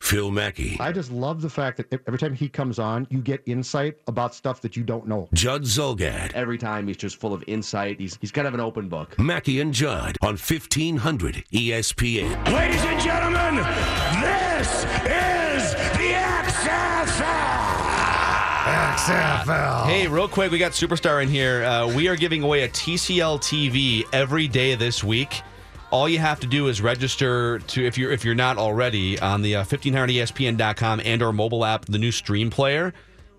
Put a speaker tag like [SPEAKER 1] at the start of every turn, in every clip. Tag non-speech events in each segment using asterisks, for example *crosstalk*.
[SPEAKER 1] Phil Mackey,
[SPEAKER 2] I just love the fact that e-, every time he comes on, you get insight about stuff that you don't know.
[SPEAKER 1] Judd Zolgad,
[SPEAKER 3] Every time he's just full of insight. He's he's kind of an open book.
[SPEAKER 1] Mackey and Judd on E 1500 ESPN.
[SPEAKER 4] Ladies and gentlemen, this is the XFL.
[SPEAKER 5] Hey, real quick, we got Superstar in here. Uh, we are giving away a TCL TV every day this week. All you have to do is register to if you're if you're not already on the uh, 1500ESPN.com and our mobile app, the new stream player,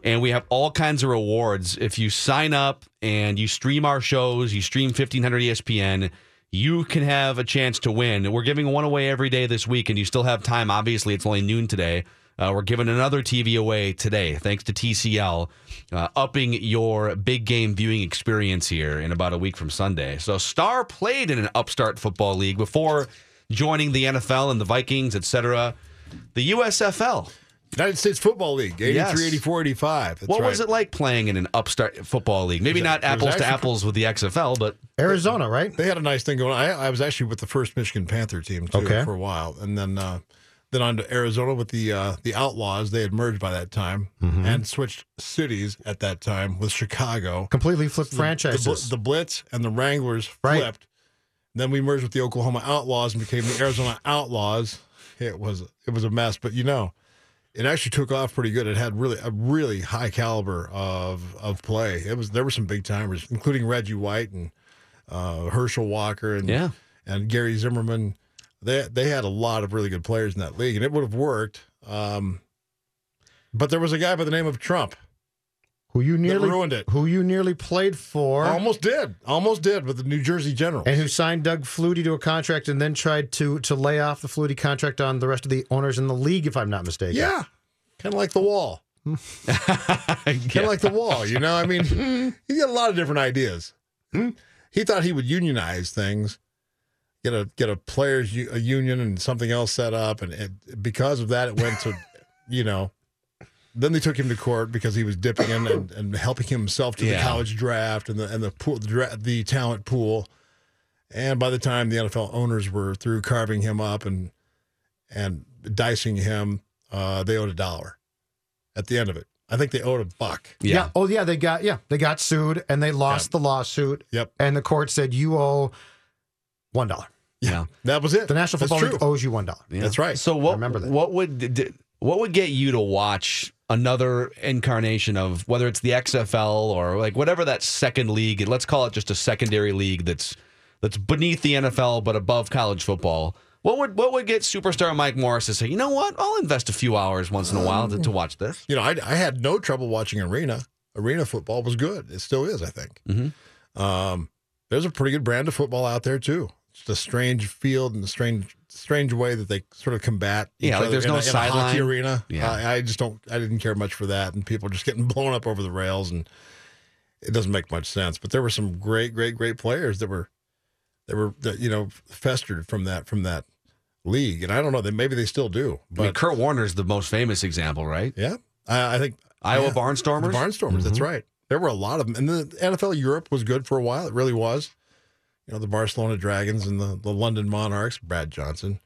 [SPEAKER 5] and we have all kinds of rewards if you sign up and you stream our shows. You stream E 1500 ESPN. You can have a chance to win. We're giving one away every day this week, and you still have time. Obviously, it's only noon today. Uh, we're giving another TV away today, thanks to TCL, uh, upping your big game viewing experience here in about a week from Sunday. So, Star played in an upstart football league before joining the NFL and the Vikings, etc. The USFL.
[SPEAKER 6] United States Football League, 83,
[SPEAKER 5] Yes.
[SPEAKER 6] 84, 85. That's
[SPEAKER 5] what
[SPEAKER 6] right.
[SPEAKER 5] was it like playing in an upstart football league? Maybe not
[SPEAKER 6] it was
[SPEAKER 5] apples to
[SPEAKER 6] actually-
[SPEAKER 5] apples with the XFL, but *laughs*
[SPEAKER 7] Arizona, right?
[SPEAKER 6] They had a nice thing going on. I, I was actually with the first Michigan Panther team too,
[SPEAKER 7] Okay.
[SPEAKER 6] for a while. And then uh, then on to Arizona with the uh, the Outlaws. They had merged by that time
[SPEAKER 5] Mm-hmm.
[SPEAKER 6] and switched cities at that time with Chicago.
[SPEAKER 7] Completely flipped
[SPEAKER 6] The,
[SPEAKER 7] franchises.
[SPEAKER 6] Bl- the Blitz and the Wranglers
[SPEAKER 7] Right.
[SPEAKER 6] flipped. Then we merged with the Oklahoma Outlaws and became the Arizona Outlaws. It was it was a mess, but you know, it actually took off pretty good. It had really a really high caliber of of play. It was there were some big timers, including Reggie White and uh, Herschel Walker and
[SPEAKER 5] Yeah.
[SPEAKER 6] and Gary Zimmerman. They they had a lot of really good players in that league, and it would have worked. Um, but there was a guy by the name of Trump.
[SPEAKER 7] who you nearly
[SPEAKER 6] ruined it.
[SPEAKER 7] Who you nearly played for,
[SPEAKER 6] Almost did, almost did with the New Jersey Generals.
[SPEAKER 7] and who signed Doug Flutie to a contract, and then tried to to lay off the Flutie contract on the rest of the owners in the league, if I'm not mistaken.
[SPEAKER 6] Yeah. Kind of like the wall. Kind of like the wall, you know? I mean, he got a lot of different ideas. Hmm? He thought he would unionize things, get a get a players u- a union and something else set up and it, because of that it went to, you know, then they took him to court because he was dipping in and, and helping himself to the
[SPEAKER 5] Yeah.
[SPEAKER 6] college draft and the and the pool the, dra- the talent pool. And by the time the NFL owners were through carving him up and and dicing him, uh, they owed a dollar at the end of it. I think they owed a buck.
[SPEAKER 7] yeah, Oh, yeah, they got yeah they got sued, and they lost the lawsuit,
[SPEAKER 6] Yep,
[SPEAKER 7] and the court said you owe one dollar.
[SPEAKER 5] yeah.
[SPEAKER 6] that was it.
[SPEAKER 7] The National
[SPEAKER 6] That's
[SPEAKER 7] Football League
[SPEAKER 6] true.
[SPEAKER 7] owes you one dollar.
[SPEAKER 5] Yeah.
[SPEAKER 6] That's right.
[SPEAKER 5] So what?
[SPEAKER 7] remember that.
[SPEAKER 5] What would d- what would get you to watch another incarnation of whether it's the XFL or like whatever that second league? Let's call it just a secondary league that's that's beneath the NFL but above college football. What would what would get superstar Mike Morris to say? You know what? I'll invest a few hours once in a while to, to watch this.
[SPEAKER 6] you know, I, I had no trouble watching arena. Arena football was good. It still is, I think.
[SPEAKER 5] Mhm.
[SPEAKER 6] Um, there's a pretty good brand of football out there too. It's a strange field and a strange, strange way that they sort of combat. each
[SPEAKER 5] Yeah, like
[SPEAKER 6] other
[SPEAKER 5] there's
[SPEAKER 6] in
[SPEAKER 5] no
[SPEAKER 6] a, in a hockey
[SPEAKER 5] sideline.
[SPEAKER 6] arena.
[SPEAKER 5] Yeah.
[SPEAKER 6] I, I just don't. I didn't care much for that, and people just getting *laughs* blown up over the rails, and it doesn't make much sense. But there were some great, great, great players that were, that were, that, you know, festered from that from that league, and I don't know. That maybe they still
[SPEAKER 5] I
[SPEAKER 6] do,
[SPEAKER 5] mean,
[SPEAKER 6] but
[SPEAKER 5] Kurt Warner's the most famous example, right?
[SPEAKER 6] yeah, I, I think
[SPEAKER 5] Iowa
[SPEAKER 6] yeah.
[SPEAKER 5] Barnstormers.
[SPEAKER 6] The Barnstormers, that's right. There were a lot of them. And the NFL Europe was good for a while. It really was. You know, the Barcelona Dragons and the, the London Monarchs, Brad Johnson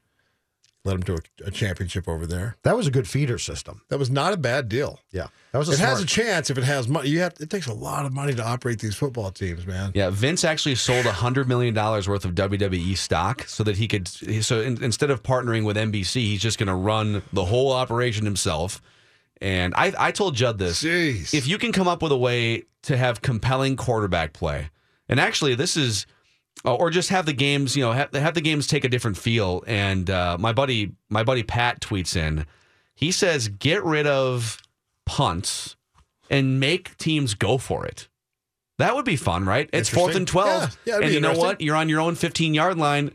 [SPEAKER 6] led them to a, a championship over there.
[SPEAKER 7] That was a good feeder system.
[SPEAKER 6] That was not a bad deal.
[SPEAKER 7] Yeah, that was a
[SPEAKER 6] It
[SPEAKER 7] smart.
[SPEAKER 6] has a chance if it has money. You have it takes a lot of money to operate these football teams, man.
[SPEAKER 5] Yeah, Vince actually sold hundred million dollars worth of WWE stock so that he could. So in, instead of partnering with NBC, he's just going to run the whole operation himself. And I, I told Judd this:
[SPEAKER 6] Jeez.
[SPEAKER 5] if you can come up with a way to have compelling quarterback play, and actually this is, uh, or just have the games, you know, have, have the games take a different feel. And uh, my buddy, my buddy Pat tweets in, he says, get rid of punts and make teams go for it. That would be fun, right? It's fourth
[SPEAKER 6] Interesting.
[SPEAKER 5] and twelve,
[SPEAKER 6] Yeah, yeah, it'd
[SPEAKER 5] and
[SPEAKER 6] be
[SPEAKER 5] you know
[SPEAKER 6] interesting.
[SPEAKER 5] what? You're on your own fifteen yard line.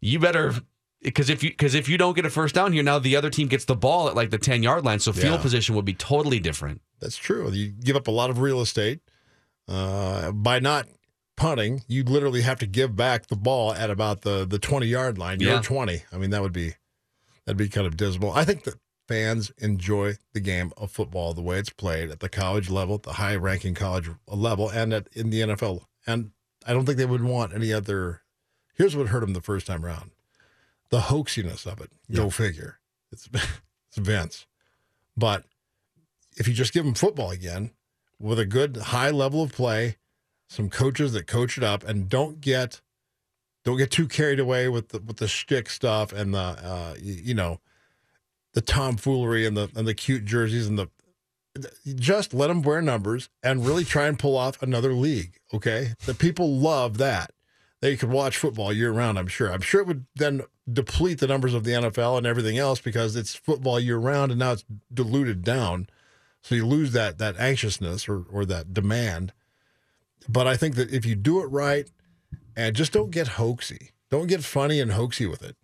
[SPEAKER 5] You better because if you because if you don't get a first down here now, the other team gets the ball at like the ten yard line, so field
[SPEAKER 6] Yeah.
[SPEAKER 5] position would be totally different.
[SPEAKER 6] That's true. You give up a lot of real estate uh, by not punting. You literally have to give back the ball at about the the twenty yard line. You're
[SPEAKER 5] Yeah.
[SPEAKER 6] twenty. I mean, that would be that'd be kind of dismal. I think that fans enjoy the game of football the way it's played at the college level, at the high ranking college level, and at in the NFL. And I don't think they would want any other. Here's what hurt them the first time around: the hoaxiness of it. Go figure. It's *laughs* it's Vince, but if you just give them football again with a good high level of play, some coaches that coach it up, and don't get don't get too carried away with the with the shtick stuff and the uh, y- you know the tomfoolery and the and the cute jerseys and the just let them wear numbers and really try and pull off another league. Okay, the people love that. They could watch football year round. I'm sure. I'm sure it would then deplete the numbers of the NFL and everything else because it's football year round and now it's diluted down. So you lose that that anxiousness or or that demand. But I think that if you do it right and just don't get hoaxy, don't get funny and hoaxy with it,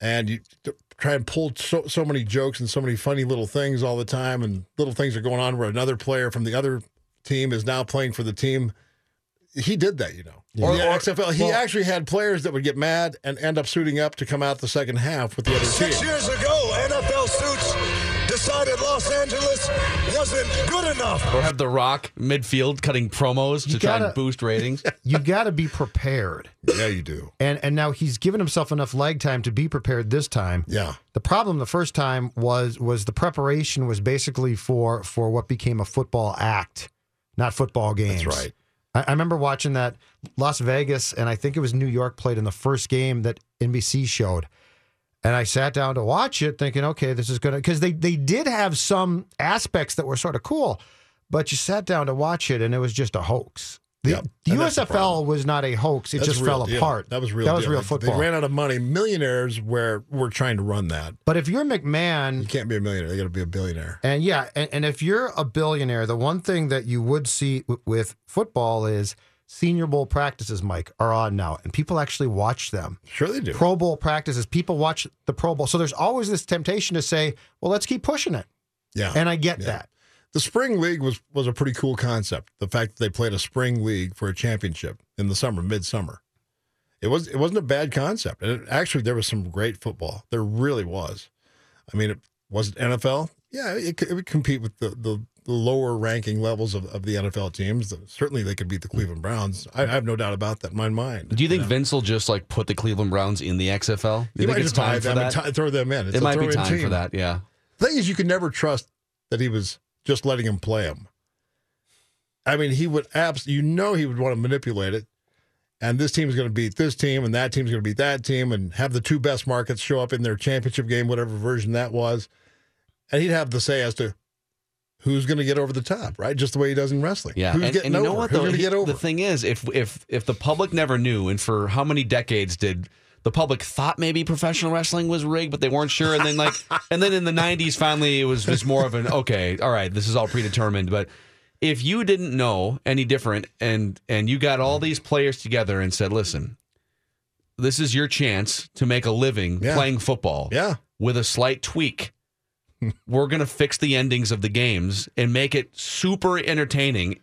[SPEAKER 6] and you t- try and pull so, so many jokes and so many funny little things all the time, and little things are going on where another player from the other team is now playing for the team. He did that, you know. Or, the XFL, he actually had players that would get mad and end up suiting up to come out the second half with the other team.
[SPEAKER 4] Six years ago, NFL Suits decided Los Angeles wasn't good enough.
[SPEAKER 5] Or have the Rock midfield cutting promos to
[SPEAKER 7] You
[SPEAKER 5] try and
[SPEAKER 7] gotta-
[SPEAKER 5] boost
[SPEAKER 6] *laughs*
[SPEAKER 5] ratings.
[SPEAKER 7] You got to be prepared.
[SPEAKER 6] Yeah, you do.
[SPEAKER 7] And and now he's given himself enough leg time to be prepared this time.
[SPEAKER 6] Yeah.
[SPEAKER 7] The problem the first time was was the preparation was basically for for what became a football act, not football games.
[SPEAKER 6] right.
[SPEAKER 7] I, I remember watching that Las Vegas and I think it was New York played in the first game that NBC showed. And I sat down to watch it thinking, okay, this is gonna because they they did have some aspects that were sort of cool, but you sat down to watch it and it was just a hoax. The,
[SPEAKER 6] Yep.
[SPEAKER 7] the
[SPEAKER 6] And that's the
[SPEAKER 7] USFL was not a hoax. It
[SPEAKER 6] That's
[SPEAKER 7] just
[SPEAKER 6] real
[SPEAKER 7] fell
[SPEAKER 6] deal.
[SPEAKER 7] apart.
[SPEAKER 6] That was real.
[SPEAKER 7] That was
[SPEAKER 6] deal.
[SPEAKER 7] real
[SPEAKER 6] They-
[SPEAKER 7] football.
[SPEAKER 6] They ran out of money. Millionaires were were trying to run that.
[SPEAKER 7] but if you're McMahon,
[SPEAKER 6] You can't be a millionaire. You got to be a billionaire.
[SPEAKER 7] And yeah, and, and if you're a billionaire, the one thing that you would see w- with football is Senior Bowl practices, Mike, are on now, and people actually watch them.
[SPEAKER 6] Sure they do.
[SPEAKER 7] Pro Bowl practices, people watch the Pro Bowl. So there's always this temptation to say, well, let's keep pushing it.
[SPEAKER 6] yeah.
[SPEAKER 7] And I get
[SPEAKER 6] Yeah.
[SPEAKER 7] that.
[SPEAKER 6] the spring league was was a pretty cool concept. The fact that they played a spring league for a championship in the summer, midsummer. It was it wasn't a bad concept. And it, actually there was some great football. There really was. I mean, it wasn't NFL. Yeah, it, could- it would compete with the, the, the lower ranking levels of, of the NFL teams. Certainly they could beat the
[SPEAKER 7] Mm.
[SPEAKER 6] Cleveland Browns. I, I have no doubt about that in my mind.
[SPEAKER 5] Do you think Vince will just like put the Cleveland Browns in the XFL? Do
[SPEAKER 6] You
[SPEAKER 5] you
[SPEAKER 6] might
[SPEAKER 5] think it's
[SPEAKER 6] just buy
[SPEAKER 5] time for
[SPEAKER 6] them and
[SPEAKER 5] that?
[SPEAKER 6] ti- throw them in. It's
[SPEAKER 5] It
[SPEAKER 6] a
[SPEAKER 5] might be
[SPEAKER 6] throw-in
[SPEAKER 5] time
[SPEAKER 6] team.
[SPEAKER 5] for that. Yeah.
[SPEAKER 6] thing is, you can never trust that he was just letting him play him. I mean, he would abs. You know, he would want to manipulate it, and this team is going to beat this team, and that team's going to beat that team, and have the two best markets show up in their championship game, whatever version that was, and he'd have the say as to who's going to get over the top, right? Just the way he does in wrestling.
[SPEAKER 5] Yeah,
[SPEAKER 6] who's
[SPEAKER 5] and,
[SPEAKER 6] getting
[SPEAKER 5] and you
[SPEAKER 6] over?
[SPEAKER 5] know what?
[SPEAKER 6] who's
[SPEAKER 5] though?
[SPEAKER 6] going to
[SPEAKER 5] He-
[SPEAKER 6] get over?
[SPEAKER 5] The thing is, if if if the public never knew, and for how many decades did the public thought maybe professional wrestling was rigged, but they weren't sure, and then
[SPEAKER 6] *laughs*
[SPEAKER 5] like, and then in the '90s, finally, it was just more of an okay, all right, this is all predetermined. But if you didn't know any different, and and you got all these players together and said, listen, this is your chance to make a living
[SPEAKER 6] Yeah.
[SPEAKER 5] playing football,
[SPEAKER 6] yeah,
[SPEAKER 5] with a slight
[SPEAKER 6] *laughs*
[SPEAKER 5] tweak. We're going to fix the endings of the games and make it super entertaining.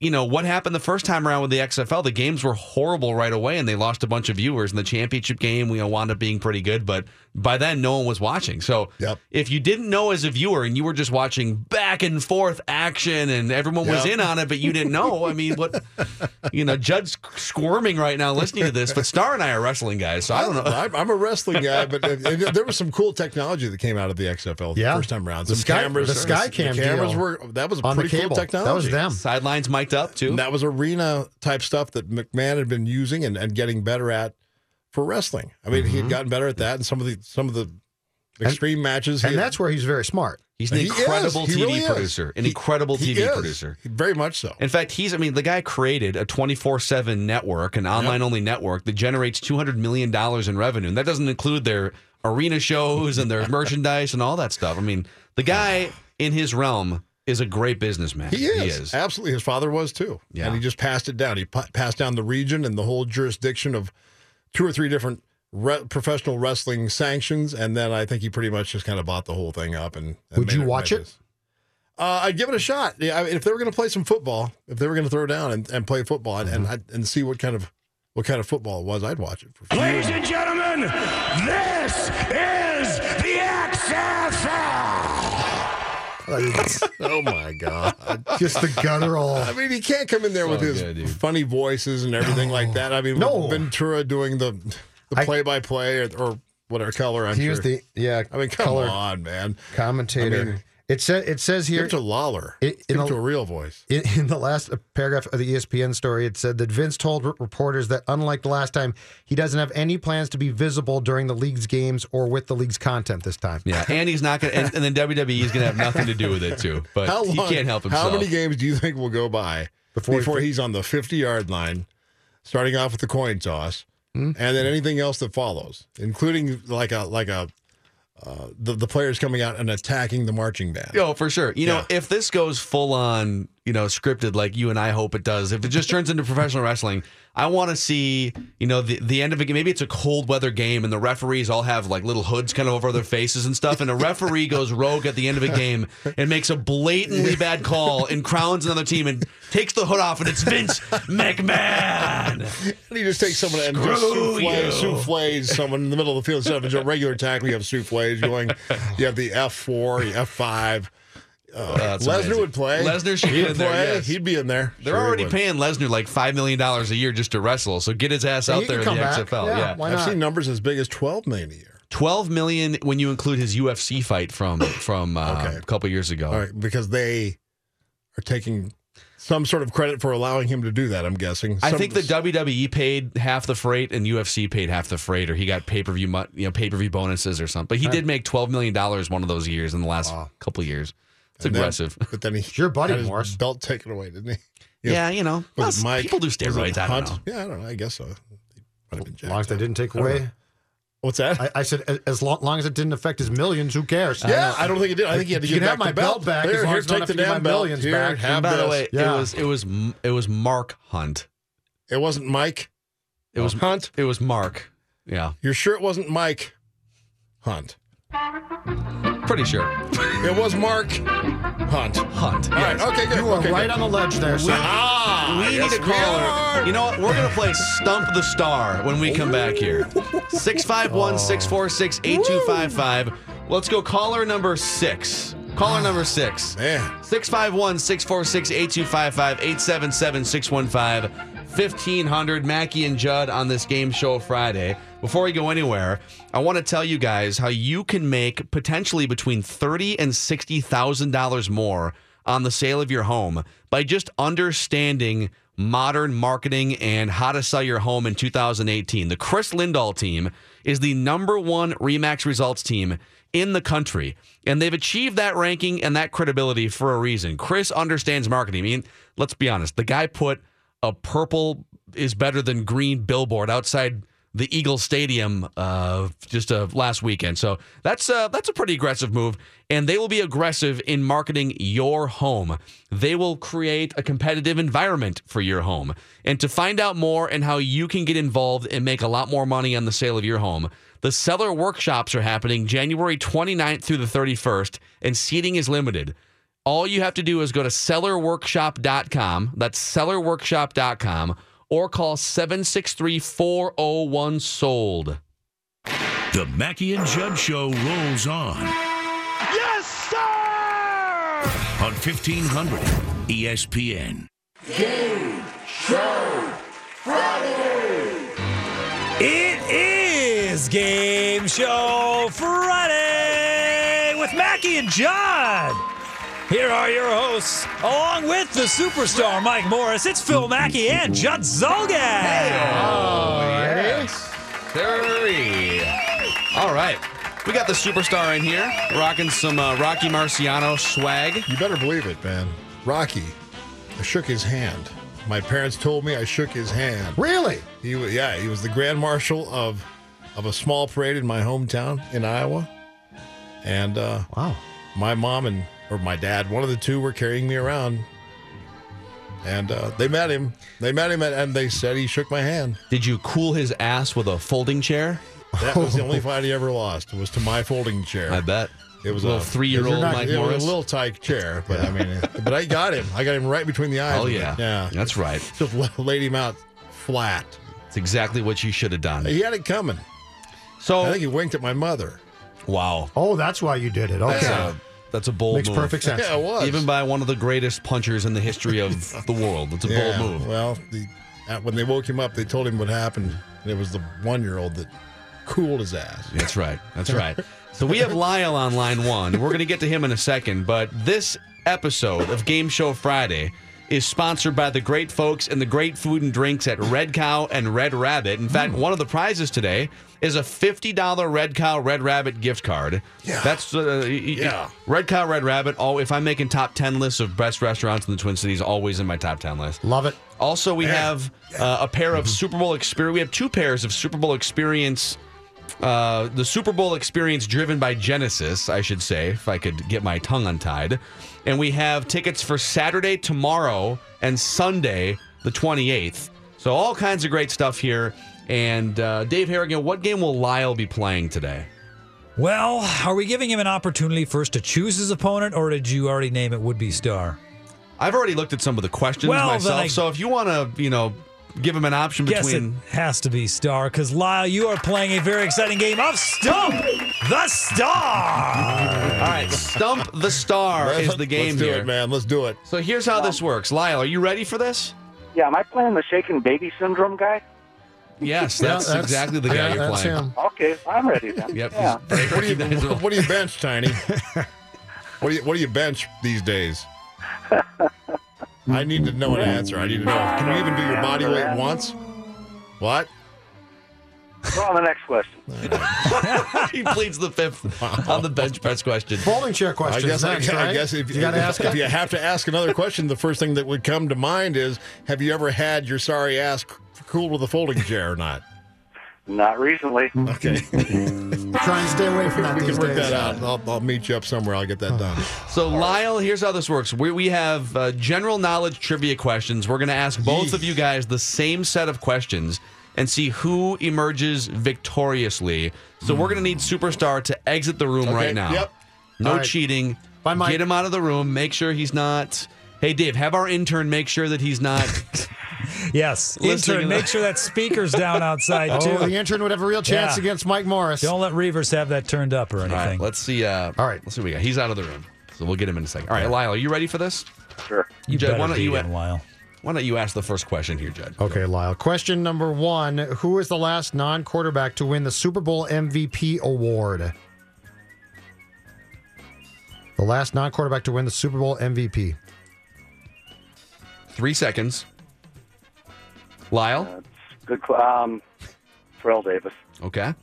[SPEAKER 5] You know, what happened the first time around with the XFL? The games were horrible right away and they lost a bunch of viewers. In the championship game, we wound up being pretty good, but by then, no one was watching. So
[SPEAKER 6] Yep.
[SPEAKER 5] if you didn't know as a viewer and you were just watching back and forth action and everyone was
[SPEAKER 6] Yep.
[SPEAKER 5] in on it, but you didn't know, I mean, what,
[SPEAKER 6] *laughs*
[SPEAKER 5] you know, Judd's squirming right now listening to this, but Star and I are wrestling guys. So I don't know.
[SPEAKER 6] I'm, I'm a wrestling guy, but uh, and there was some cool technology that came out of the XFL the
[SPEAKER 7] Yeah.
[SPEAKER 6] first time around.
[SPEAKER 7] The
[SPEAKER 6] Some
[SPEAKER 7] sky-
[SPEAKER 6] cameras,
[SPEAKER 7] the sky cam
[SPEAKER 6] cameras
[SPEAKER 7] deal
[SPEAKER 6] were that was a
[SPEAKER 7] On the
[SPEAKER 6] pretty
[SPEAKER 7] cable.
[SPEAKER 6] cool technology.
[SPEAKER 7] That was them.
[SPEAKER 5] Sidelines mic'd up too.
[SPEAKER 6] And that was arena type stuff that McMahon had been using and, and getting better at for wrestling. I mean, he had gotten better at that, and some of the some of the extreme matches.
[SPEAKER 7] Mm-hmm.
[SPEAKER 6] he
[SPEAKER 7] And
[SPEAKER 6] had-
[SPEAKER 7] that's where he's very smart.
[SPEAKER 5] He's an
[SPEAKER 6] He is.
[SPEAKER 5] incredible
[SPEAKER 6] He
[SPEAKER 5] TV
[SPEAKER 6] really is.
[SPEAKER 5] producer. An
[SPEAKER 6] He-
[SPEAKER 5] incredible
[SPEAKER 6] he
[SPEAKER 5] TV
[SPEAKER 6] is.
[SPEAKER 5] producer.
[SPEAKER 6] very much so.
[SPEAKER 5] In fact, he's, I mean, the guy created a 24 7 network, an online only network that generates $200 million in revenue. And that doesn't include their arena shows and
[SPEAKER 6] *laughs*
[SPEAKER 5] their merchandise and all that stuff. I mean, the guy in his realm is a great businessman.
[SPEAKER 6] He is. Absolutely. His father was too.
[SPEAKER 5] Yeah.
[SPEAKER 6] And he just passed it down. He pa- passed down the region and the whole jurisdiction of two or three different re- professional wrestling sanctions, and then I think he pretty much just kind of bought the whole thing up. And, and
[SPEAKER 7] Would
[SPEAKER 6] made
[SPEAKER 7] you watch
[SPEAKER 6] made
[SPEAKER 7] it?
[SPEAKER 6] his. Uh, I'd give it a shot. Yeah, I- if they were going to play some football, if they were going to throw down and, and play football and
[SPEAKER 7] Mm-hmm.
[SPEAKER 6] and, I'd- and see what kind of what kind of football it was, I'd watch it. For sure.
[SPEAKER 4] Ladies and gentlemen, this is the XFL.
[SPEAKER 6] *laughs* oh my god!
[SPEAKER 7] Just the guttural.
[SPEAKER 6] *laughs* I mean, he can't come in there with his
[SPEAKER 5] good, Oh, dude.
[SPEAKER 6] funny voices and everything like that. I mean,
[SPEAKER 7] No.
[SPEAKER 6] with Ventura doing the the
[SPEAKER 7] I-
[SPEAKER 6] play by play or or whatever color. I'm
[SPEAKER 7] He was
[SPEAKER 6] sure.
[SPEAKER 7] the yeah
[SPEAKER 6] I mean, come
[SPEAKER 7] color
[SPEAKER 6] on, man.
[SPEAKER 7] commentator.
[SPEAKER 6] I mean-
[SPEAKER 7] it says it says
[SPEAKER 6] Give
[SPEAKER 7] here
[SPEAKER 6] it to Lawler.
[SPEAKER 7] It-
[SPEAKER 6] Give
[SPEAKER 7] in
[SPEAKER 6] it to
[SPEAKER 7] a-
[SPEAKER 6] a real voice.
[SPEAKER 7] in, *laughs* in the last paragraph of the E ESPN story, it said that Vince told r- reporters that, unlike the last time, he doesn't have any plans to be visible during the league's games or with the league's content this time.
[SPEAKER 5] Yeah, and he's not gonna, and, and then WWE is gonna have nothing to do with it too. But
[SPEAKER 6] How long,
[SPEAKER 5] he can't help himself.
[SPEAKER 6] How many games do you think will go by
[SPEAKER 7] Before
[SPEAKER 6] before,
[SPEAKER 7] he-
[SPEAKER 6] he's on the 50 yard line, starting off with the coin toss,
[SPEAKER 7] Hmm?
[SPEAKER 6] and then anything else that follows, including like a like a uh, the the players coming out and attacking the marching band?
[SPEAKER 5] Oh, for sure. You know, if this goes full on, you know, scripted like you and I hope it does, if it just turns into professional wrestling, I want to see, you know, the, the end of a game. Maybe it's a cold weather game and the referees all have like little hoods kind of over their faces and stuff. And a referee goes rogue at the end of a game and makes a blatantly bad call and crowns another team and takes the hood off. And it's Vince McMahon.
[SPEAKER 6] And you just take someone and just
[SPEAKER 5] Screw
[SPEAKER 6] souffle,
[SPEAKER 5] you.
[SPEAKER 6] souffles someone in the middle of the field instead of just a regular tackle. You have souffles going. You have the F four, the F five. Uh,
[SPEAKER 5] Oh, that's
[SPEAKER 6] Lesnar
[SPEAKER 5] amazing.
[SPEAKER 6] would play.
[SPEAKER 5] Lesnar should
[SPEAKER 6] He'd
[SPEAKER 5] be in there,
[SPEAKER 6] play.
[SPEAKER 5] yes.
[SPEAKER 6] He'd be in there.
[SPEAKER 5] They're
[SPEAKER 6] Sure he
[SPEAKER 5] already
[SPEAKER 6] would.
[SPEAKER 5] paying Lesnar like $5 million a year just to wrestle. So get his ass
[SPEAKER 7] And
[SPEAKER 5] out
[SPEAKER 7] he
[SPEAKER 5] there
[SPEAKER 7] can
[SPEAKER 5] in the
[SPEAKER 7] come back.
[SPEAKER 5] XFL.
[SPEAKER 7] Yeah,
[SPEAKER 5] yeah.
[SPEAKER 7] why
[SPEAKER 6] I've
[SPEAKER 7] not?
[SPEAKER 6] seen numbers as big as twelve million a year.
[SPEAKER 5] 12 million when you include his UFC fight from from uh,
[SPEAKER 6] Okay.
[SPEAKER 5] a couple years ago.
[SPEAKER 6] All right, because they are taking some sort of credit for allowing him to do that. I'm guessing.
[SPEAKER 5] I
[SPEAKER 6] Some-
[SPEAKER 5] think the WWE paid half the freight and UFC paid half the freight, or he got pay per view, you know, pay per view bonuses or something. But he did make twelve million dollars one of those years in the last couple of years. It's
[SPEAKER 6] and then- *laughs*
[SPEAKER 5] aggressive.
[SPEAKER 6] but then he
[SPEAKER 7] your buddy,
[SPEAKER 6] had his
[SPEAKER 7] Morris.
[SPEAKER 6] belt taken away, didn't he? *laughs*
[SPEAKER 5] yeah. you know, plus
[SPEAKER 6] Was it Mike?
[SPEAKER 5] people do
[SPEAKER 6] Was it
[SPEAKER 5] steroids. I don't
[SPEAKER 6] Hunt?
[SPEAKER 5] know.
[SPEAKER 6] Yeah, I don't know. I guess so. He might have been
[SPEAKER 7] As long as
[SPEAKER 6] jacked
[SPEAKER 7] they
[SPEAKER 6] up.
[SPEAKER 7] didn't take
[SPEAKER 6] I don't
[SPEAKER 5] *laughs*
[SPEAKER 7] away.
[SPEAKER 6] know. What's that?
[SPEAKER 7] I, I said, as, as long, long as it didn't affect his millions, who cares?
[SPEAKER 6] Yeah, I don't think it did. I think he had to
[SPEAKER 7] You
[SPEAKER 6] give
[SPEAKER 7] can
[SPEAKER 6] back
[SPEAKER 7] have my
[SPEAKER 6] the
[SPEAKER 7] belt back
[SPEAKER 6] Here,
[SPEAKER 7] as long
[SPEAKER 6] here,
[SPEAKER 7] as I don't have
[SPEAKER 6] take the
[SPEAKER 7] to give
[SPEAKER 6] damn
[SPEAKER 7] my
[SPEAKER 6] belt.
[SPEAKER 7] millions
[SPEAKER 6] Here,
[SPEAKER 7] back.
[SPEAKER 6] have
[SPEAKER 5] By the
[SPEAKER 6] this.
[SPEAKER 5] way,
[SPEAKER 7] Yeah.
[SPEAKER 5] it was it was M- it was Mark Hunt.
[SPEAKER 6] it wasn't Mike.
[SPEAKER 5] It was
[SPEAKER 6] Hunt.
[SPEAKER 5] It was Mark. Yeah,
[SPEAKER 6] You're sure it wasn't Mike Hunt?
[SPEAKER 5] pretty sure
[SPEAKER 6] It was Mark Hunt. All
[SPEAKER 5] Hunt. Yeah.
[SPEAKER 6] right. Okay. Good.
[SPEAKER 7] You are
[SPEAKER 6] okay,
[SPEAKER 7] right
[SPEAKER 6] good.
[SPEAKER 7] on the ledge there, son.
[SPEAKER 6] Ah,
[SPEAKER 5] We
[SPEAKER 6] yes,
[SPEAKER 5] need a
[SPEAKER 6] we
[SPEAKER 5] caller.
[SPEAKER 6] are.
[SPEAKER 5] you know what? We're going to play Stump the Star when we come back here. 651 646 8255. Let's go caller number six. Caller number six.
[SPEAKER 6] Man.
[SPEAKER 5] 651 646 8255 877 615 1500. Mackie and Judd on this game show Friday. Before we go anywhere, I want to tell you guys how you can make potentially between thirty and sixty thousand dollars more on the sale of your home by just understanding modern marketing and how to sell your home in 2018. The Chris Lindahl team is the number one Remax results team in the country, and they've achieved that ranking and that credibility for a reason. Chris understands marketing. I mean, let's be honest, the guy put a purple is better than green billboard outside the Eagle Stadium uh, just uh, last weekend. So that's uh, that's a pretty aggressive move, and they will be aggressive in marketing your home. They will create a competitive environment for your home. And to find out more and how you can get involved and make a lot more money on the sale of your home, the seller workshops are happening January 29th through the 31st, and seating is limited. All you have to do is go to sellerworkshop.com. That's sellerworkshop.com or call 763 401 sold.
[SPEAKER 1] The Mackey and Judd Show rolls on. Yes, sir! On E 1500 ESPN.
[SPEAKER 8] It is Game Show Friday with Mackie and Judd. Here are your hosts, along with the superstar Mike Morris. It's Phil Mackey and Judd Zolgan.
[SPEAKER 5] Three. All right. We got the superstar in here, rocking some uh, Rocky Marciano swag.
[SPEAKER 6] You better believe it, man. Rocky, I shook his hand. My parents told me I shook his hand.
[SPEAKER 7] Really?
[SPEAKER 6] He, wa- yeah, he was the grand marshal of of a small parade in my hometown in Iowa, and uh,
[SPEAKER 7] Wow.
[SPEAKER 6] my mom and or my dad, one of the two, were carrying me around, and uh, they met him. They met him, and, and they said he shook my hand.
[SPEAKER 5] Did you cool his ass with a folding chair?
[SPEAKER 6] That was
[SPEAKER 5] *laughs*
[SPEAKER 6] the only fight he ever lost. Was to my folding chair.
[SPEAKER 5] I bet.
[SPEAKER 6] It was
[SPEAKER 5] Little
[SPEAKER 6] a
[SPEAKER 5] three-year-old
[SPEAKER 6] you're not-
[SPEAKER 5] Mike
[SPEAKER 6] it was
[SPEAKER 5] Morris.
[SPEAKER 6] a little tight chair, but
[SPEAKER 5] *laughs*
[SPEAKER 6] I mean, but I got him. I got him right between the eyes.
[SPEAKER 5] Oh
[SPEAKER 6] with it.
[SPEAKER 5] yeah.
[SPEAKER 6] yeah.
[SPEAKER 5] That's right.
[SPEAKER 6] *laughs* Just la- laid him out flat.
[SPEAKER 5] It's exactly what you should have done.
[SPEAKER 6] He had it coming. I
[SPEAKER 5] So
[SPEAKER 6] think he winked at my mother.
[SPEAKER 5] wow.
[SPEAKER 7] Oh, that's why you did it. Okay.
[SPEAKER 5] That's a that's a bold
[SPEAKER 7] Makes
[SPEAKER 5] move.
[SPEAKER 7] perfect sense.
[SPEAKER 6] Yeah, it was.
[SPEAKER 5] Even by one of the greatest punchers in the history of the world. It's a
[SPEAKER 6] yeah.
[SPEAKER 5] bold move.
[SPEAKER 6] Well, the, uh, when they woke him up, they told him what happened, and it was the one-year-old that cooled his ass.
[SPEAKER 5] That's right. That's right. So we have Lyle on line one. We're going to get to him in a second, but this episode of Game Show Friday is sponsored by the great folks and the great food and drinks at Red Cow and Red Rabbit. In fact, one of the prizes today is a $50 Red Cow Red Rabbit gift card. Yeah. That's uh, y- y-
[SPEAKER 6] Yeah.
[SPEAKER 5] Red Cow Red Rabbit. Oh, if I'm making top 10 lists of best restaurants in the Twin Cities, always in my top 10 list.
[SPEAKER 7] Love it.
[SPEAKER 5] Also, we have uh, a pair
[SPEAKER 6] Mm-hmm.
[SPEAKER 5] of Super Bowl experience. We have two pairs of Super Bowl experience. Uh, the Super Bowl experience driven by Genesis, I should say, if I could get my tongue untied. And we have tickets for Saturday, tomorrow, and Sunday, the 28th. So, all kinds of great stuff here. And uh, Dave Harrigan, what game will Lyle be playing today?
[SPEAKER 8] Well, are we giving him an opportunity first to choose his opponent, or did you already name it would be star?
[SPEAKER 5] I've already looked at some of the questions
[SPEAKER 8] Well, then
[SPEAKER 5] myself.
[SPEAKER 8] I-
[SPEAKER 5] so, if you want to, you know, give him an option
[SPEAKER 8] Guess
[SPEAKER 5] between.
[SPEAKER 8] it has to be star because Lyle, you are playing a very exciting game of Stump the Star.
[SPEAKER 5] All right, Stump the Star
[SPEAKER 6] *laughs* Let's-
[SPEAKER 5] is the game
[SPEAKER 6] Let's do
[SPEAKER 5] here.
[SPEAKER 6] it, man. Let's do *laughs* it.
[SPEAKER 5] So here's how this works. Lyle, are you ready for this?
[SPEAKER 9] Yeah, am I playing the shaken baby syndrome guy?
[SPEAKER 5] Yes,
[SPEAKER 6] Yeah,
[SPEAKER 5] that's,
[SPEAKER 6] that's-
[SPEAKER 5] exactly the guy
[SPEAKER 6] yeah,
[SPEAKER 5] you're
[SPEAKER 7] That's
[SPEAKER 5] playing.
[SPEAKER 7] him.
[SPEAKER 9] Okay, I'm
[SPEAKER 5] *laughs*
[SPEAKER 9] ready then.
[SPEAKER 5] Yep.
[SPEAKER 9] Yeah.
[SPEAKER 5] he's very
[SPEAKER 6] What do you
[SPEAKER 5] recognizable.
[SPEAKER 6] What do you bench, Tiny? what do you What do you bench these days? I need to know an answer. I need to know. Can you even do your body weight once? What?
[SPEAKER 9] Well, the next question.
[SPEAKER 5] *laughs* he pleads
[SPEAKER 7] *laughs*
[SPEAKER 5] the fifth on the bench press question.
[SPEAKER 7] Folding chair
[SPEAKER 6] I
[SPEAKER 7] questions
[SPEAKER 6] guess.
[SPEAKER 7] next,
[SPEAKER 6] *laughs* I, guess- I
[SPEAKER 7] right?
[SPEAKER 6] guess if
[SPEAKER 7] you got to
[SPEAKER 6] if-
[SPEAKER 7] ask
[SPEAKER 6] if
[SPEAKER 7] it.
[SPEAKER 6] you have to ask another question, the first thing that would come to mind is: Have you ever had your sorry ass c- cooled with a folding chair or not?
[SPEAKER 9] Not recently.
[SPEAKER 6] Okay, we
[SPEAKER 7] Try and stay away from that
[SPEAKER 6] can
[SPEAKER 7] these
[SPEAKER 6] work
[SPEAKER 7] days.
[SPEAKER 6] that out. I'll, I'll meet you up somewhere. I'll get that done.
[SPEAKER 5] So, Lyle, here's how this works. We, we have uh, general knowledge trivia questions. We're going to ask both of you guys the same set of questions and see who emerges victoriously. So, we're going to need Superstar to exit the room
[SPEAKER 6] Okay,
[SPEAKER 5] right now.
[SPEAKER 6] yep.
[SPEAKER 5] No
[SPEAKER 7] All right.
[SPEAKER 5] cheating.
[SPEAKER 7] Bye, Mike.
[SPEAKER 5] Get him out of the room. Make sure he's not. Hey, Dave, have our intern make sure that he's not.
[SPEAKER 8] Yes,
[SPEAKER 5] Listening to
[SPEAKER 8] intern, make
[SPEAKER 5] the-
[SPEAKER 8] sure that speaker's
[SPEAKER 5] *laughs*
[SPEAKER 8] down outside too.
[SPEAKER 7] Oh, the intern would have a real chance
[SPEAKER 8] Yeah.
[SPEAKER 7] against Mike Morris.
[SPEAKER 8] Don't let Reavers have that turned up or
[SPEAKER 5] All right,
[SPEAKER 8] anything.
[SPEAKER 5] let's see. Uh,
[SPEAKER 7] All right.
[SPEAKER 5] let's see what we got. He's out of the room, so we'll get him in a second. All right, Lyle, are you ready for this?
[SPEAKER 9] Sure.
[SPEAKER 8] you
[SPEAKER 5] Jed,
[SPEAKER 8] better
[SPEAKER 5] why don't
[SPEAKER 8] beat
[SPEAKER 5] you-
[SPEAKER 8] him, Lyle.
[SPEAKER 5] Why don't you ask the first question here, Jed?
[SPEAKER 7] Okay, Lyle. Question number one Who is the last non quarterback to win the Super Bowl MVP award? The last non quarterback to win the Super Bowl MVP.
[SPEAKER 5] Three seconds. Lyle,
[SPEAKER 9] Good. qu- Um, Terrell Davis.
[SPEAKER 5] okay.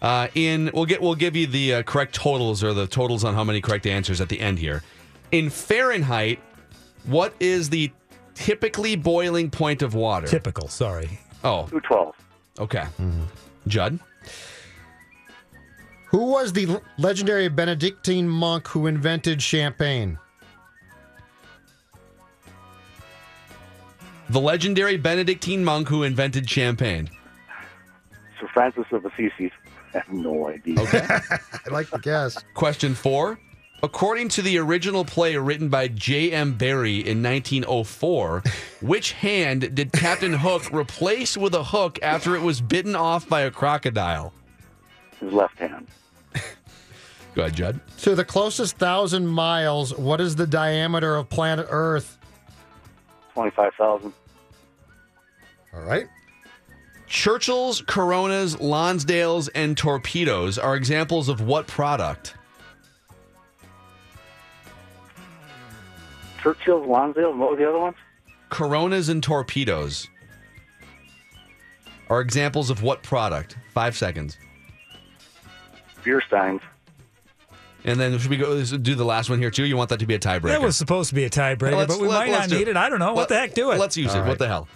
[SPEAKER 5] Uh, in we'll get we'll give you the uh, correct totals or the totals on how many correct answers at the end here. In Fahrenheit, what is the typically boiling point of water?
[SPEAKER 8] Typical. Sorry.
[SPEAKER 5] Oh,
[SPEAKER 9] Two twelve.
[SPEAKER 5] okay. Judd,
[SPEAKER 7] Who was the l- legendary Benedictine monk who invented champagne?
[SPEAKER 5] the legendary Benedictine monk who invented champagne.
[SPEAKER 9] Sir Francis of Assisi. I have no idea.
[SPEAKER 7] I like the guess.
[SPEAKER 5] Question four. According to the original play written by J.M. Barrie in 1904, which hand did Captain Hook replace with a hook after it was bitten off by a crocodile?
[SPEAKER 9] His left hand.
[SPEAKER 5] Go ahead, Judd.
[SPEAKER 7] To the closest thousand miles, what is the diameter of planet Earth?
[SPEAKER 9] Twenty-five thousand.
[SPEAKER 7] All right.
[SPEAKER 5] Churchill's, Coronas, Lonsdale's, and Torpedoes are examples of what product?
[SPEAKER 9] Churchill's, Lonsdale. and What were the other ones?
[SPEAKER 5] Coronas and Torpedoes are examples of what product? Five seconds.
[SPEAKER 9] Biersteins.
[SPEAKER 5] And then should we go do the last one here too? You want that to be a tiebreaker?
[SPEAKER 8] That was supposed to be a tiebreaker,
[SPEAKER 5] Let's-
[SPEAKER 8] but we
[SPEAKER 5] let-
[SPEAKER 8] might
[SPEAKER 5] let's
[SPEAKER 8] not
[SPEAKER 5] do
[SPEAKER 8] need it. I don't know.
[SPEAKER 5] Let-
[SPEAKER 8] what the heck? Do it.
[SPEAKER 5] Let's use it. What the hell?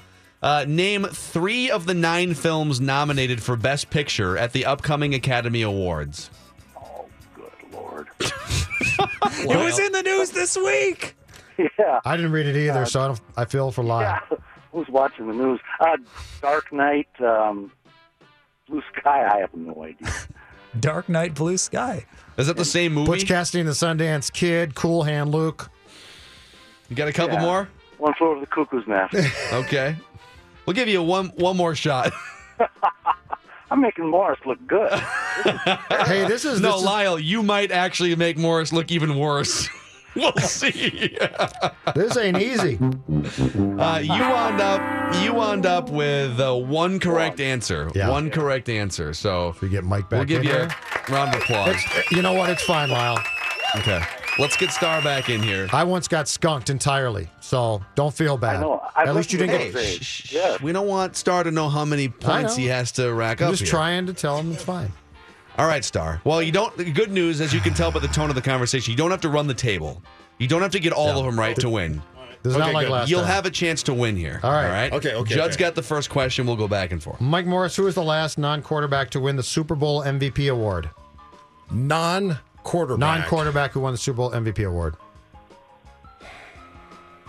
[SPEAKER 5] Uh, name three of the nine films nominated for Best Picture at the upcoming Academy Awards.
[SPEAKER 9] Oh, good lord. *laughs*
[SPEAKER 8] it was in the news this week.
[SPEAKER 9] yeah.
[SPEAKER 7] I didn't read it either, so I, don't, I feel for Lyle.
[SPEAKER 9] Who's watching the news? Uh, Dark Knight. Um, Blue Sky, I have no idea.
[SPEAKER 8] Dark Knight, Blue Sky.
[SPEAKER 5] Is that the same movie?
[SPEAKER 7] Butch Cassidy and the Sundance Kid, Cool Hand Luke.
[SPEAKER 5] you got a couple
[SPEAKER 9] Yeah.
[SPEAKER 5] more?
[SPEAKER 9] One floor of the cuckoo's nest.
[SPEAKER 5] Okay. We'll give you one one more shot.
[SPEAKER 9] I'm making Morris look good.
[SPEAKER 7] Hey, *laughs* this is
[SPEAKER 5] no,
[SPEAKER 7] this is-
[SPEAKER 5] Lyle, you might actually make Morris look even worse. *laughs* we'll see.
[SPEAKER 7] this ain't easy.
[SPEAKER 5] Uh, you wound up you wound up with uh, one correct answer.
[SPEAKER 7] Yeah.
[SPEAKER 5] One correct answer. So
[SPEAKER 7] We get Mike back
[SPEAKER 5] we'll give
[SPEAKER 7] in
[SPEAKER 5] you
[SPEAKER 7] here.
[SPEAKER 5] a round of applause.
[SPEAKER 7] It's- you know what? It's fine, Lyle.
[SPEAKER 5] Okay. Let's get Star back in here.
[SPEAKER 7] I once got skunked entirely, so don't feel bad.
[SPEAKER 9] I know. I've
[SPEAKER 7] At least you
[SPEAKER 9] listened
[SPEAKER 7] didn't
[SPEAKER 9] to
[SPEAKER 7] get.
[SPEAKER 9] those days.
[SPEAKER 5] Shh, shh,
[SPEAKER 9] Yes.
[SPEAKER 5] We don't want Star to know how many points he has to rack
[SPEAKER 7] I'm
[SPEAKER 5] up.
[SPEAKER 7] just
[SPEAKER 5] here.
[SPEAKER 7] trying to tell him it's fine.
[SPEAKER 5] All right, Star. Well, you don't. the Good news, as you can tell by the tone of the conversation, you don't have to run the table. You don't have to get all of them right to win.
[SPEAKER 7] This is
[SPEAKER 6] Okay,
[SPEAKER 7] not like
[SPEAKER 6] good.
[SPEAKER 7] last
[SPEAKER 5] You'll
[SPEAKER 7] time.
[SPEAKER 5] have a chance to win here.
[SPEAKER 7] All right.
[SPEAKER 6] Okay, okay,
[SPEAKER 5] Judd's
[SPEAKER 6] okay.
[SPEAKER 5] got the first question. We'll go back and forth.
[SPEAKER 7] Mike Morris, who is the last non-quarterback to win the Super Bowl MVP award?
[SPEAKER 6] Non quarterback.
[SPEAKER 7] Non-quarterback who won the Super Bowl MVP award.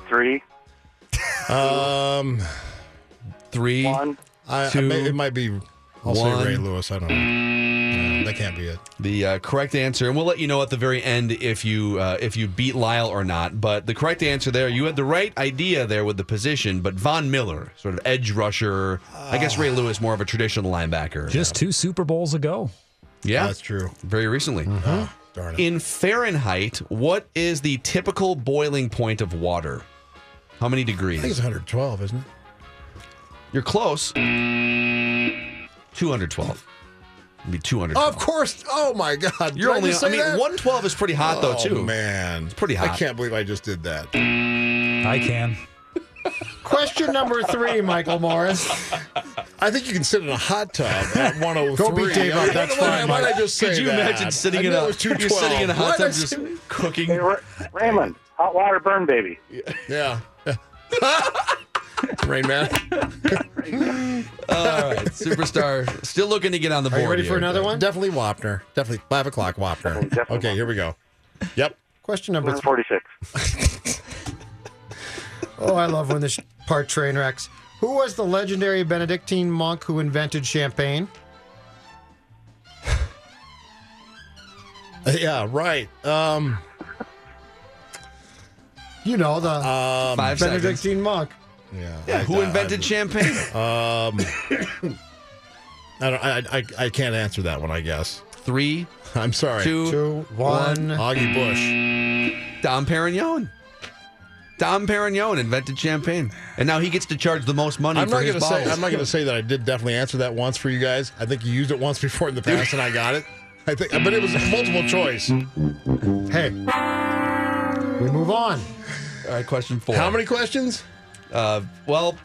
[SPEAKER 9] Three,
[SPEAKER 6] Um,
[SPEAKER 5] Three.
[SPEAKER 9] one.
[SPEAKER 6] I, I
[SPEAKER 5] Two,
[SPEAKER 6] may, it might be. I'll
[SPEAKER 5] one.
[SPEAKER 6] say Ray Lewis. I don't know. No, that can't be it.
[SPEAKER 5] The uh, correct answer, and we'll let you know at the very end if you uh, if you beat Lyle or not. But the correct answer there, you had the right idea there with the position, but Von Miller, sort of edge rusher. I guess Ray Lewis, more of a traditional linebacker.
[SPEAKER 8] Just two Super Bowls ago.
[SPEAKER 5] yeah,
[SPEAKER 6] That's true.
[SPEAKER 5] very recently.
[SPEAKER 6] Oh, darn Uh, it.
[SPEAKER 5] In Fahrenheit, what is the typical boiling point of water? How many
[SPEAKER 6] I think it's
[SPEAKER 5] degrees?
[SPEAKER 6] 112, isn't it?
[SPEAKER 5] You're close. 212. It'd be 212.
[SPEAKER 6] Of course. Oh my God.
[SPEAKER 5] You're
[SPEAKER 6] Did
[SPEAKER 5] only.
[SPEAKER 6] I, just
[SPEAKER 5] I
[SPEAKER 6] say
[SPEAKER 5] mean,
[SPEAKER 6] that?
[SPEAKER 5] 112 is pretty hot though
[SPEAKER 6] Oh,
[SPEAKER 5] too.
[SPEAKER 6] man, it's
[SPEAKER 5] pretty
[SPEAKER 6] I
[SPEAKER 5] hot.
[SPEAKER 6] can't believe I just did that.
[SPEAKER 8] I can.
[SPEAKER 7] Question number three, Michael Morris.
[SPEAKER 6] I think you can sit in a hot *laughs* tub at 103.
[SPEAKER 7] Go beat Dave up,
[SPEAKER 6] I mean,
[SPEAKER 7] that's
[SPEAKER 6] why,
[SPEAKER 7] fine,
[SPEAKER 6] Why did
[SPEAKER 7] Mike.
[SPEAKER 6] I just say
[SPEAKER 5] Could you
[SPEAKER 6] that?
[SPEAKER 5] imagine sitting
[SPEAKER 6] I
[SPEAKER 5] in
[SPEAKER 6] know
[SPEAKER 5] a
[SPEAKER 6] it's
[SPEAKER 5] *laughs* you're
[SPEAKER 6] 212.
[SPEAKER 5] sitting in a hot
[SPEAKER 6] Why did
[SPEAKER 5] tub
[SPEAKER 6] I
[SPEAKER 5] just
[SPEAKER 6] say-
[SPEAKER 5] cooking?
[SPEAKER 9] Hey, Ra- Raymond, hot water burn, baby.
[SPEAKER 6] Yeah. *laughs* Rain
[SPEAKER 5] *laughs*
[SPEAKER 6] Man.
[SPEAKER 5] All right, superstar, still looking to get on the
[SPEAKER 7] Are
[SPEAKER 5] board.
[SPEAKER 7] you ready
[SPEAKER 5] here.
[SPEAKER 7] for another one?
[SPEAKER 6] Definitely Wapner. Definitely 5 o'clock Wapner.
[SPEAKER 9] definitely
[SPEAKER 6] okay, here we go. Yep.
[SPEAKER 7] Question number
[SPEAKER 9] *laughs*
[SPEAKER 7] three.
[SPEAKER 9] 46.
[SPEAKER 7] Oh, I love when this part train wrecks. Who was the legendary Benedictine monk who invented champagne?
[SPEAKER 6] Yeah, right. Um,
[SPEAKER 7] You know, the
[SPEAKER 5] Five seconds.
[SPEAKER 7] Benedictine monk.
[SPEAKER 6] yeah.
[SPEAKER 5] Who invented
[SPEAKER 6] I,
[SPEAKER 5] champagne?
[SPEAKER 6] Uh, I, don't, I, I, I can't answer that one, I guess.
[SPEAKER 5] Three,
[SPEAKER 6] I'm sorry.
[SPEAKER 5] two,
[SPEAKER 7] Two, one.
[SPEAKER 6] Augie Bush.
[SPEAKER 5] Dom Perignon. Dom Perignon invented champagne, and now he gets to charge the most money
[SPEAKER 6] I'm
[SPEAKER 5] for
[SPEAKER 6] not
[SPEAKER 5] his
[SPEAKER 6] gonna
[SPEAKER 5] bottles.
[SPEAKER 6] say I'm not gonna say that I did definitely answer that once for you guys. I think you used it once *laughs* before in the past and I got it. I think but it was multiple choice.
[SPEAKER 7] Hey, we move on.
[SPEAKER 5] All right, question four.
[SPEAKER 6] How many questions?
[SPEAKER 5] Uh, well,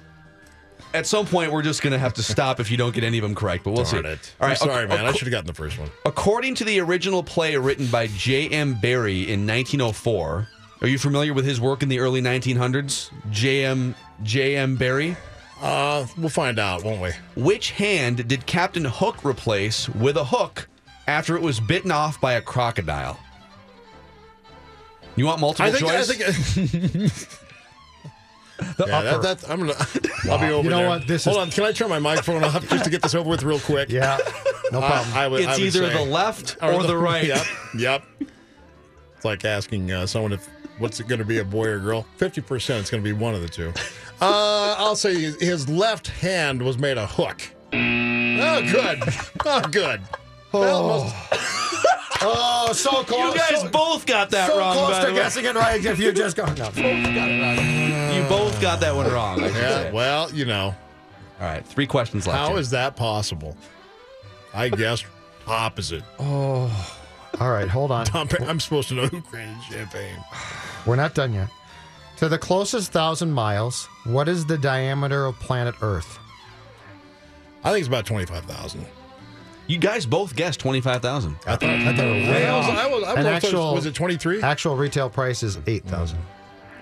[SPEAKER 5] at some point we're just gonna have to stop if you don't get any of them correct, but we'll
[SPEAKER 6] Darn
[SPEAKER 5] see.
[SPEAKER 6] it.
[SPEAKER 5] All right,
[SPEAKER 6] I'm sorry,
[SPEAKER 5] ac-
[SPEAKER 7] uh,
[SPEAKER 6] man. I
[SPEAKER 5] ac-
[SPEAKER 6] should have gotten the first one.
[SPEAKER 5] According to the original play written by J.M. Barrie in 1904, are you familiar with his work in the early 1900s? J.M. J.M. Barrie.
[SPEAKER 6] Uh, we'll find out, won't we?
[SPEAKER 5] Which hand did Captain Hook replace with a hook after it was bitten off by a crocodile? You want multiple
[SPEAKER 6] I think.
[SPEAKER 5] choice?
[SPEAKER 6] I think. *laughs* yeah, that, that's. I'm gonna. *laughs* I'll be over
[SPEAKER 7] You know
[SPEAKER 6] there.
[SPEAKER 7] what? This
[SPEAKER 6] Hold
[SPEAKER 7] is-
[SPEAKER 6] on. Can I turn my microphone off just to get this over with real
[SPEAKER 7] *laughs*
[SPEAKER 6] quick?
[SPEAKER 7] Yeah, no
[SPEAKER 6] I-
[SPEAKER 7] problem.
[SPEAKER 6] I, would. I
[SPEAKER 5] it's
[SPEAKER 6] would
[SPEAKER 5] either
[SPEAKER 6] say-
[SPEAKER 5] the left or,
[SPEAKER 6] *laughs*
[SPEAKER 5] the, right.
[SPEAKER 6] Yep. Yep. It's like asking uh, someone if what's it going to be, a boy or girl. Fifty percent. It's going to be one of the *laughs* two. Uh, I'll say his- his left hand was made a hook. Oh, good. Oh, good. Almost-
[SPEAKER 7] oh, so close.
[SPEAKER 5] *laughs* You guys
[SPEAKER 7] so,
[SPEAKER 5] both got that
[SPEAKER 7] so
[SPEAKER 5] wrong.
[SPEAKER 7] close
[SPEAKER 5] by
[SPEAKER 7] to
[SPEAKER 5] the way.
[SPEAKER 7] guessing it right if you just go. No.
[SPEAKER 5] You both got that one wrong. I should
[SPEAKER 6] Yeah.
[SPEAKER 5] say.
[SPEAKER 6] Well, you know.
[SPEAKER 5] All right, three questions left.
[SPEAKER 6] How
[SPEAKER 5] here.
[SPEAKER 6] is that possible? I guessed opposite.
[SPEAKER 7] *laughs* All right, hold on.
[SPEAKER 6] I'm, I'm supposed to know who created champagne.
[SPEAKER 7] We're not done yet. To the closest thousand miles, what is the diameter of planet Earth?
[SPEAKER 6] I think it's about 25,000.
[SPEAKER 5] you guys both guessed twenty five thousand?
[SPEAKER 6] I thought, I thought it was. I was, I was, I was,
[SPEAKER 7] An
[SPEAKER 6] actual,
[SPEAKER 7] actual-
[SPEAKER 6] was it 23?
[SPEAKER 7] Actual retail price is eight thousand.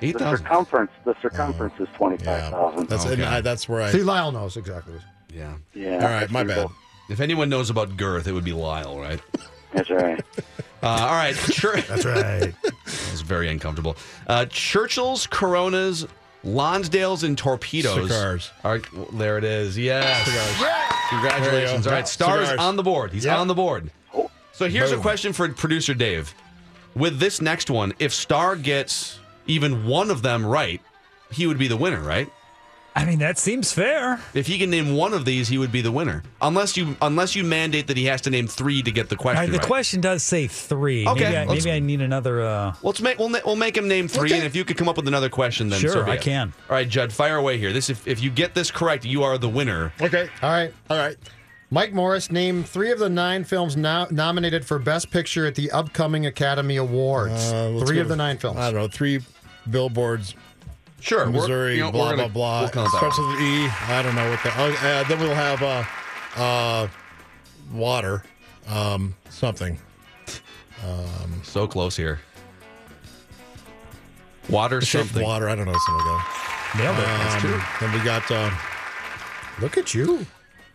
[SPEAKER 5] Eight
[SPEAKER 9] The
[SPEAKER 5] thousand.
[SPEAKER 9] circumference, the circumference is
[SPEAKER 6] Yeah.
[SPEAKER 9] 25,000.
[SPEAKER 6] That's, and I, that's where I.
[SPEAKER 7] See, Lyle knows exactly. what-
[SPEAKER 5] Yeah.
[SPEAKER 9] Yeah.
[SPEAKER 6] all right, my
[SPEAKER 9] that's
[SPEAKER 6] bad.
[SPEAKER 9] cool.
[SPEAKER 5] If anyone knows about girth, it would be Lyle, right?
[SPEAKER 9] That's
[SPEAKER 6] *laughs*
[SPEAKER 9] all right.
[SPEAKER 5] Uh, all right. *laughs* Sure. that
[SPEAKER 7] That's right.
[SPEAKER 5] was very uncomfortable. Uh, Churchill's, Coronas, Lonsdale's, and Torpedoes
[SPEAKER 6] Cigars.
[SPEAKER 5] are. well, there it is. Yes. Congratulations.
[SPEAKER 6] There you go.
[SPEAKER 5] All right, stars
[SPEAKER 6] Cigars.
[SPEAKER 5] on the board. He's
[SPEAKER 6] Yep.
[SPEAKER 5] on the board. So here's a
[SPEAKER 6] Boom.
[SPEAKER 5] question for producer Dave. With this next one, if Star gets even one of them right, he would be the winner, right?
[SPEAKER 8] I mean, that seems fair.
[SPEAKER 5] If he can name one of these, he would be the winner. Unless you unless you mandate that he has to name three to get the question
[SPEAKER 8] All right, the
[SPEAKER 5] right.
[SPEAKER 8] question does say three.
[SPEAKER 5] Okay,
[SPEAKER 8] Maybe I,
[SPEAKER 5] let's-
[SPEAKER 8] maybe I need another. Uh,
[SPEAKER 5] Let's make we'll, na- we'll make him name three,
[SPEAKER 6] Okay.
[SPEAKER 5] and if you could come up with another question, then
[SPEAKER 8] Sure,
[SPEAKER 5] so be
[SPEAKER 8] I
[SPEAKER 5] it.
[SPEAKER 8] can.
[SPEAKER 5] All right, Judd, fire away here. This if, if you get this correct, you are the winner.
[SPEAKER 6] Okay.
[SPEAKER 7] *laughs* All right.
[SPEAKER 6] All right.
[SPEAKER 7] Mike Morris named three of the nine films now nominated for Best Picture at the upcoming Academy Awards.
[SPEAKER 6] Uh, let's
[SPEAKER 7] three
[SPEAKER 6] go
[SPEAKER 7] of the
[SPEAKER 6] with-
[SPEAKER 7] nine films.
[SPEAKER 6] I don't know. Three billboards,
[SPEAKER 5] Sure, we're-
[SPEAKER 6] Missouri,
[SPEAKER 5] you know,
[SPEAKER 6] blah,
[SPEAKER 5] we're gonna-
[SPEAKER 6] blah,
[SPEAKER 5] we'll
[SPEAKER 6] blah,
[SPEAKER 5] count that
[SPEAKER 6] Starts
[SPEAKER 5] one.
[SPEAKER 6] with an E. I don't know what that. Oh, uh, then we'll have uh, uh, water, um, something.
[SPEAKER 5] So close here. Water
[SPEAKER 6] Shape of
[SPEAKER 5] something.
[SPEAKER 6] Water. I don't know. Something like
[SPEAKER 8] nailed it.
[SPEAKER 6] that. Um, Then we got. Uh,
[SPEAKER 7] Look at you.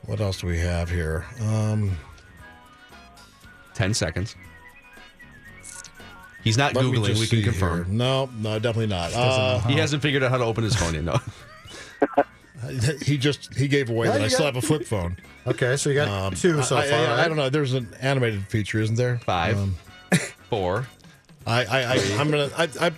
[SPEAKER 6] what else do we have here? Um,
[SPEAKER 5] Ten seconds. He's not
[SPEAKER 6] let me
[SPEAKER 5] googling.
[SPEAKER 6] just
[SPEAKER 5] We can
[SPEAKER 6] see here.
[SPEAKER 5] confirm.
[SPEAKER 6] No, no, definitely not. Uh,
[SPEAKER 5] He hasn't figured out how to open his phone yet. No. *laughs*
[SPEAKER 6] Uh, *laughs* he just he gave away
[SPEAKER 7] Well,
[SPEAKER 6] that
[SPEAKER 7] you
[SPEAKER 6] I still
[SPEAKER 7] got-
[SPEAKER 6] have a flip phone.
[SPEAKER 7] Okay, so you got
[SPEAKER 6] Um,
[SPEAKER 7] two so
[SPEAKER 6] I, I-
[SPEAKER 7] far.
[SPEAKER 6] I,
[SPEAKER 7] right?
[SPEAKER 6] don't know. There's an animated feature, isn't there? Um,
[SPEAKER 5] Five. Four.
[SPEAKER 6] I, I, I I'm gonna, I, I, I'm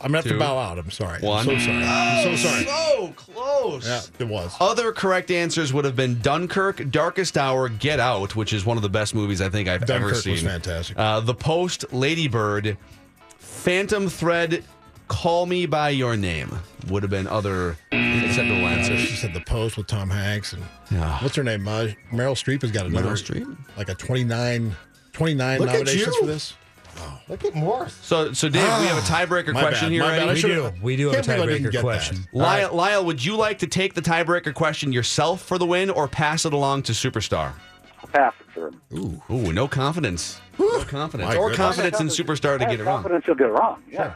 [SPEAKER 6] gonna have
[SPEAKER 5] Two.
[SPEAKER 6] to bow out. I'm sorry.
[SPEAKER 5] One.
[SPEAKER 6] I'm so sorry. I'm so sorry.
[SPEAKER 5] So close.
[SPEAKER 6] Yeah, it was.
[SPEAKER 5] Other correct answers would have been Dunkirk, Darkest Hour, Get Out, which is one of the best movies I think I've ever
[SPEAKER 6] Dunkirk
[SPEAKER 5] seen.
[SPEAKER 6] was fantastic.
[SPEAKER 5] Uh, the Post, Ladybird, Phantom Thread, Call Me by Your Name would have been other acceptable
[SPEAKER 6] she
[SPEAKER 5] answers.
[SPEAKER 6] said the post with Tom Hanks and
[SPEAKER 5] Yeah.
[SPEAKER 6] what's her name? Uh, Meryl Streep has got another
[SPEAKER 5] Streep?
[SPEAKER 6] like a 29, 29
[SPEAKER 7] Look at
[SPEAKER 6] nominations
[SPEAKER 7] you.
[SPEAKER 6] for this.
[SPEAKER 7] Look at Morris.
[SPEAKER 5] So, so Dave, we have
[SPEAKER 6] *sighs*
[SPEAKER 5] a tiebreaker
[SPEAKER 6] My
[SPEAKER 5] question
[SPEAKER 6] bad,
[SPEAKER 5] here.
[SPEAKER 6] my
[SPEAKER 5] right?
[SPEAKER 6] bad. I
[SPEAKER 8] we do.
[SPEAKER 6] should've-
[SPEAKER 8] We do have a
[SPEAKER 6] Can't believe I didn't get
[SPEAKER 8] tiebreaker
[SPEAKER 6] that.
[SPEAKER 8] question.
[SPEAKER 5] Lyle, Lyle, would you like to take the tiebreaker question yourself for the win or pass it along to Superstar?
[SPEAKER 9] I'll pass it to him.
[SPEAKER 5] Ooh, ooh no confidence. No confidence.
[SPEAKER 6] My
[SPEAKER 5] Or
[SPEAKER 6] goodness.
[SPEAKER 5] confidence in Superstar to get
[SPEAKER 9] I have
[SPEAKER 5] it wrong.
[SPEAKER 9] confidence he'll get it wrong. Yeah.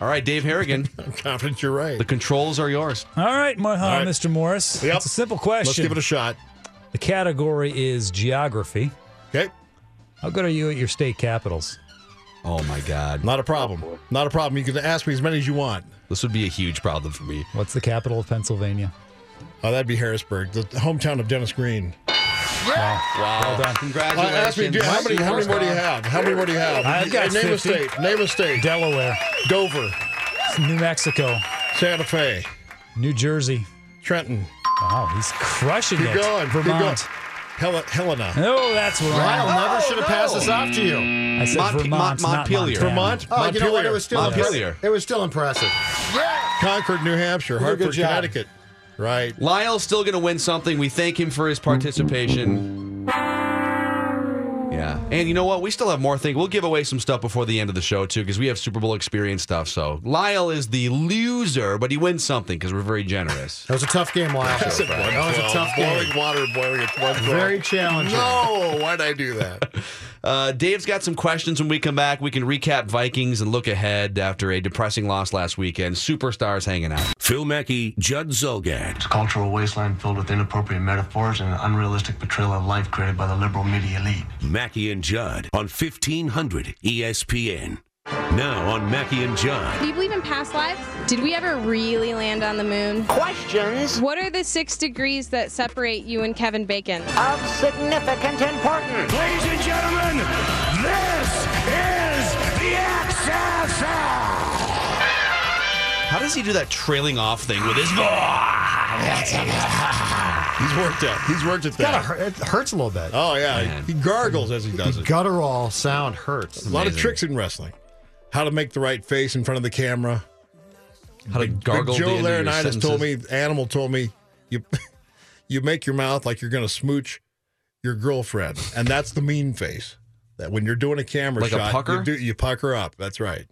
[SPEAKER 5] All right, Dave Harrigan,
[SPEAKER 6] *laughs* I'm confident you're right.
[SPEAKER 5] the controls are yours.
[SPEAKER 8] All right, my,
[SPEAKER 6] All right.
[SPEAKER 8] Mr. Morris.
[SPEAKER 6] Yep.
[SPEAKER 8] It's a simple
[SPEAKER 6] Let's
[SPEAKER 8] question.
[SPEAKER 6] give it a shot.
[SPEAKER 8] the category is geography.
[SPEAKER 6] Okay,
[SPEAKER 8] How good are you at your state capitals?
[SPEAKER 5] Oh my God,
[SPEAKER 6] not a problem. Not a problem. You can ask me as many as you want.
[SPEAKER 5] this would be a huge problem for me.
[SPEAKER 8] What's the capital of Pennsylvania?
[SPEAKER 6] Oh, that'd be Harrisburg, the hometown of Dennis Green.
[SPEAKER 5] Wow,
[SPEAKER 8] Well done.
[SPEAKER 6] Uh, ask me,
[SPEAKER 5] congratulations.
[SPEAKER 6] do- how many, how many more do you have? How many more do you have?
[SPEAKER 8] I've got
[SPEAKER 6] name a
[SPEAKER 8] 50.
[SPEAKER 6] state. Name a state.
[SPEAKER 8] Delaware,
[SPEAKER 6] Dover,
[SPEAKER 8] New Mexico,
[SPEAKER 6] Santa Fe,
[SPEAKER 8] New Jersey.
[SPEAKER 6] Trenton.
[SPEAKER 8] Wow, he's crushing
[SPEAKER 6] Keep
[SPEAKER 8] it.
[SPEAKER 6] going. Keep
[SPEAKER 8] Vermont.
[SPEAKER 6] Hel- Helena.
[SPEAKER 8] Oh, that's what
[SPEAKER 7] Lyle
[SPEAKER 8] I
[SPEAKER 7] never should have passed this off to you.
[SPEAKER 8] I said.
[SPEAKER 5] Mont- Mont-
[SPEAKER 8] Vermont, not
[SPEAKER 5] Montpelier.
[SPEAKER 8] Montana.
[SPEAKER 6] Vermont?
[SPEAKER 7] Oh, you know what? It
[SPEAKER 6] Montpelier.
[SPEAKER 7] was still
[SPEAKER 5] Montpelier.
[SPEAKER 7] impressive. It was still impressive.
[SPEAKER 6] Concord, New Hampshire,
[SPEAKER 7] did a good
[SPEAKER 6] Hartford,
[SPEAKER 7] job.
[SPEAKER 6] Connecticut. Right.
[SPEAKER 5] Lyle's still going to win something. We thank him for his participation. Yeah. And you know what? We still have more things. We'll give away some stuff before the end of the show, too, because we have Super Bowl experience stuff. So Lyle is the loser, but he wins something because we're very generous.
[SPEAKER 6] *laughs*
[SPEAKER 7] That was a tough game, Lyle.
[SPEAKER 6] I said
[SPEAKER 7] that was a
[SPEAKER 6] 112.
[SPEAKER 7] tough game.
[SPEAKER 6] Boiling water, boiling at 112.
[SPEAKER 7] Very challenging.
[SPEAKER 6] No, why'd I do
[SPEAKER 7] *laughs*
[SPEAKER 6] that?
[SPEAKER 5] Uh, Dave's got some questions when we come back. We can recap Vikings and look ahead after a depressing loss last weekend. Superstars hanging out.
[SPEAKER 1] Phil Mackey, Judd Zolgad.
[SPEAKER 10] cultural wasteland filled with inappropriate metaphors and an unrealistic portrayal of life created by the liberal media elite.
[SPEAKER 1] Mackey and Judd on E 1500 ESPN. Now on Mackey and Judd.
[SPEAKER 11] Do you believe in past lives? Did we ever really land on the moon? Questions. What are the six degrees that separate you and Kevin Bacon?
[SPEAKER 4] Ladies and gentlemen, this is the XFL.
[SPEAKER 5] How does he do that trailing off thing with his
[SPEAKER 6] He's worked it. He's worked it
[SPEAKER 7] Gotta
[SPEAKER 6] that.
[SPEAKER 7] hurt- It hurts a little bit.
[SPEAKER 6] Oh, yeah. He gargles as he does
[SPEAKER 7] The
[SPEAKER 6] it.
[SPEAKER 7] guttural sound hurts.
[SPEAKER 6] A lot of
[SPEAKER 5] amazing.
[SPEAKER 6] tricks in wrestling. How to make the right face in front of the camera.
[SPEAKER 5] How to gargle
[SPEAKER 6] Big Joe
[SPEAKER 5] the end of your
[SPEAKER 6] Laurinaitis told
[SPEAKER 5] sentences.
[SPEAKER 6] me, Animal told me, you *laughs* you make your mouth like you're gonna smooch your girlfriend, and that's the mean face. That when you're doing a camera
[SPEAKER 5] Like a
[SPEAKER 6] shot,
[SPEAKER 5] pucker? Hmm.
[SPEAKER 6] You, do, you pucker up. That's right.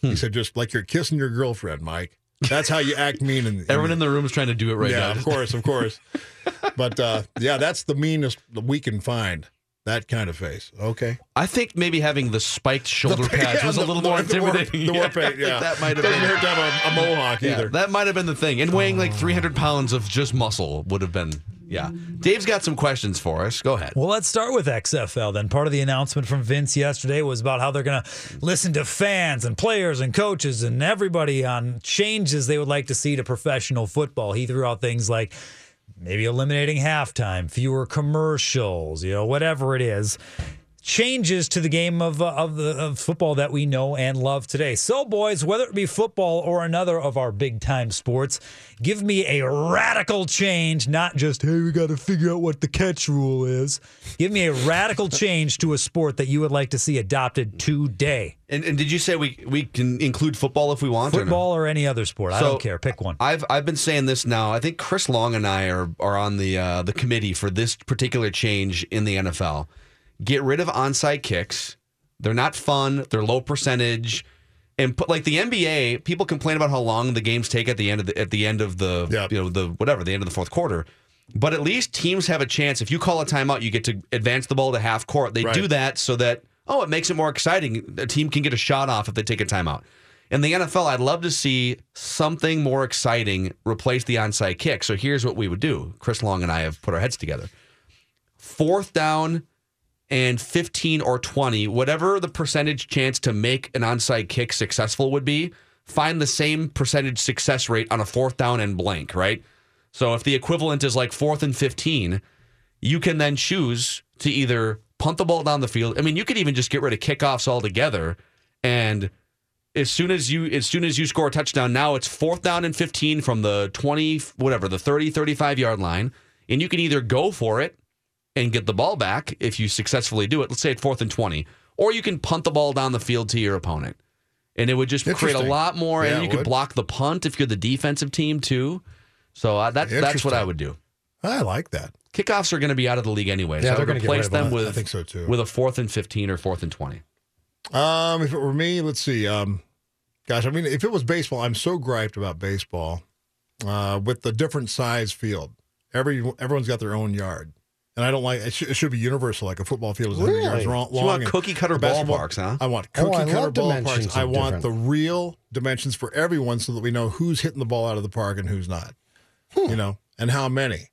[SPEAKER 6] He said, just like you're kissing your girlfriend, Mike. That's how you act mean. And
[SPEAKER 5] Everyone in the room is trying to do it right
[SPEAKER 6] yeah,
[SPEAKER 5] now.
[SPEAKER 6] of
[SPEAKER 5] Just-
[SPEAKER 6] course, of course. but uh, yeah, that's the meanest that we can find. That kind of face. Okay.
[SPEAKER 5] I think maybe having the spiked shoulder pads
[SPEAKER 6] *laughs* Yeah,
[SPEAKER 5] was a
[SPEAKER 6] the-
[SPEAKER 5] little more
[SPEAKER 6] the war-
[SPEAKER 5] intimidating.
[SPEAKER 6] The war,
[SPEAKER 5] *laughs* Yeah, I
[SPEAKER 6] paint,
[SPEAKER 5] think
[SPEAKER 6] yeah.
[SPEAKER 5] that might have
[SPEAKER 6] Doesn't
[SPEAKER 5] been.
[SPEAKER 6] hurt to have a, a mohawk
[SPEAKER 5] yeah,
[SPEAKER 6] either.
[SPEAKER 5] that might have been the thing. And weighing like 300 pounds of just muscle would have been. Yeah. Dave's got some questions for us. Go ahead.
[SPEAKER 8] Well, let's start with XFL then. Part of the announcement from Vince yesterday was about how they're going to listen to fans and players and coaches and everybody on changes they would like to see to professional football. He threw out things like maybe eliminating halftime, fewer commercials, you know, whatever it is, changes to the game of, uh, of, the, of football that we know and love today. So, boys, whether it be football or another of our big time sports, give me a radical change, not just, hey, we got to figure out what the catch rule is. Give me
[SPEAKER 6] *laughs*
[SPEAKER 8] a radical change to a sport that you would like to see adopted today.
[SPEAKER 5] And, and did you say we, we can include football if we want? or no?
[SPEAKER 8] Football or any other sport, I
[SPEAKER 5] So-
[SPEAKER 8] don't care. Pick one.
[SPEAKER 5] I've I've been saying this now. I think Chris Long and I are are on the uh, the committee for this particular change in the NFL. Get rid of onside kicks. They're not fun. They're low percentage. And put like the NBA, people complain about how long the games take at the end of the at the end of the you know the whatever the end of the fourth quarter. But at least teams have a chance. If you call a timeout, you get to advance the ball to half court. They do that so that oh, it makes it more exciting. A team can get a shot off if they take a timeout. In the NFL, I'd love to see something more exciting replace the onside kick. So here's what we would do. Chris Long and I have put our heads together. Fourth down and 15 or 20, whatever the percentage chance to make an onside kick successful would be, find the same percentage success rate on a fourth down and blank, right? So if the equivalent is like fourth and 15, you can then choose to either punt the ball down the field. I mean, you could even just get rid of kickoffs altogether and as soon as you as soon as you score a touchdown now it's fourth down and 15 from the 20 whatever the 30 35 yard line and you can either go for it and get the ball back if you successfully do it let's say it's fourth and 20 or you can punt the ball down the field to your opponent and it would just create a
[SPEAKER 6] Interesting.
[SPEAKER 5] lot more
[SPEAKER 6] Yeah,
[SPEAKER 5] and you
[SPEAKER 6] it
[SPEAKER 5] could
[SPEAKER 6] would.
[SPEAKER 5] block the punt if you're the defensive team too so uh, that that's what i
[SPEAKER 6] Interesting.
[SPEAKER 5] would do
[SPEAKER 6] I like that.
[SPEAKER 5] kickoffs are going to be out of the league anyway so
[SPEAKER 6] Yeah,
[SPEAKER 5] I would
[SPEAKER 6] they're gonna get
[SPEAKER 5] replace
[SPEAKER 6] rid of
[SPEAKER 5] them
[SPEAKER 6] that. I
[SPEAKER 5] with
[SPEAKER 6] think so, too.
[SPEAKER 5] with a fourth and 15 or fourth and 20
[SPEAKER 6] Um, if it were me, let's see. Um, gosh, I mean, if it was baseball, I'm so griped about baseball uh, with the different size field. Every everyone's got their own yard, and I don't like. It, sh- it should be universal, like a football field is
[SPEAKER 5] Really?
[SPEAKER 6] 100 yards ro- long.
[SPEAKER 5] So you want
[SPEAKER 6] and
[SPEAKER 5] cookie cutter
[SPEAKER 6] a basketball-
[SPEAKER 5] ballparks, huh?
[SPEAKER 6] I want
[SPEAKER 5] Oh, I
[SPEAKER 6] cookie cutter
[SPEAKER 5] love dimensions
[SPEAKER 6] ballparks. I
[SPEAKER 5] of
[SPEAKER 6] want
[SPEAKER 5] different-
[SPEAKER 6] the real dimensions for everyone, so that we know who's hitting the ball out of the park and who's not.
[SPEAKER 5] Hmm.
[SPEAKER 6] You know, and how many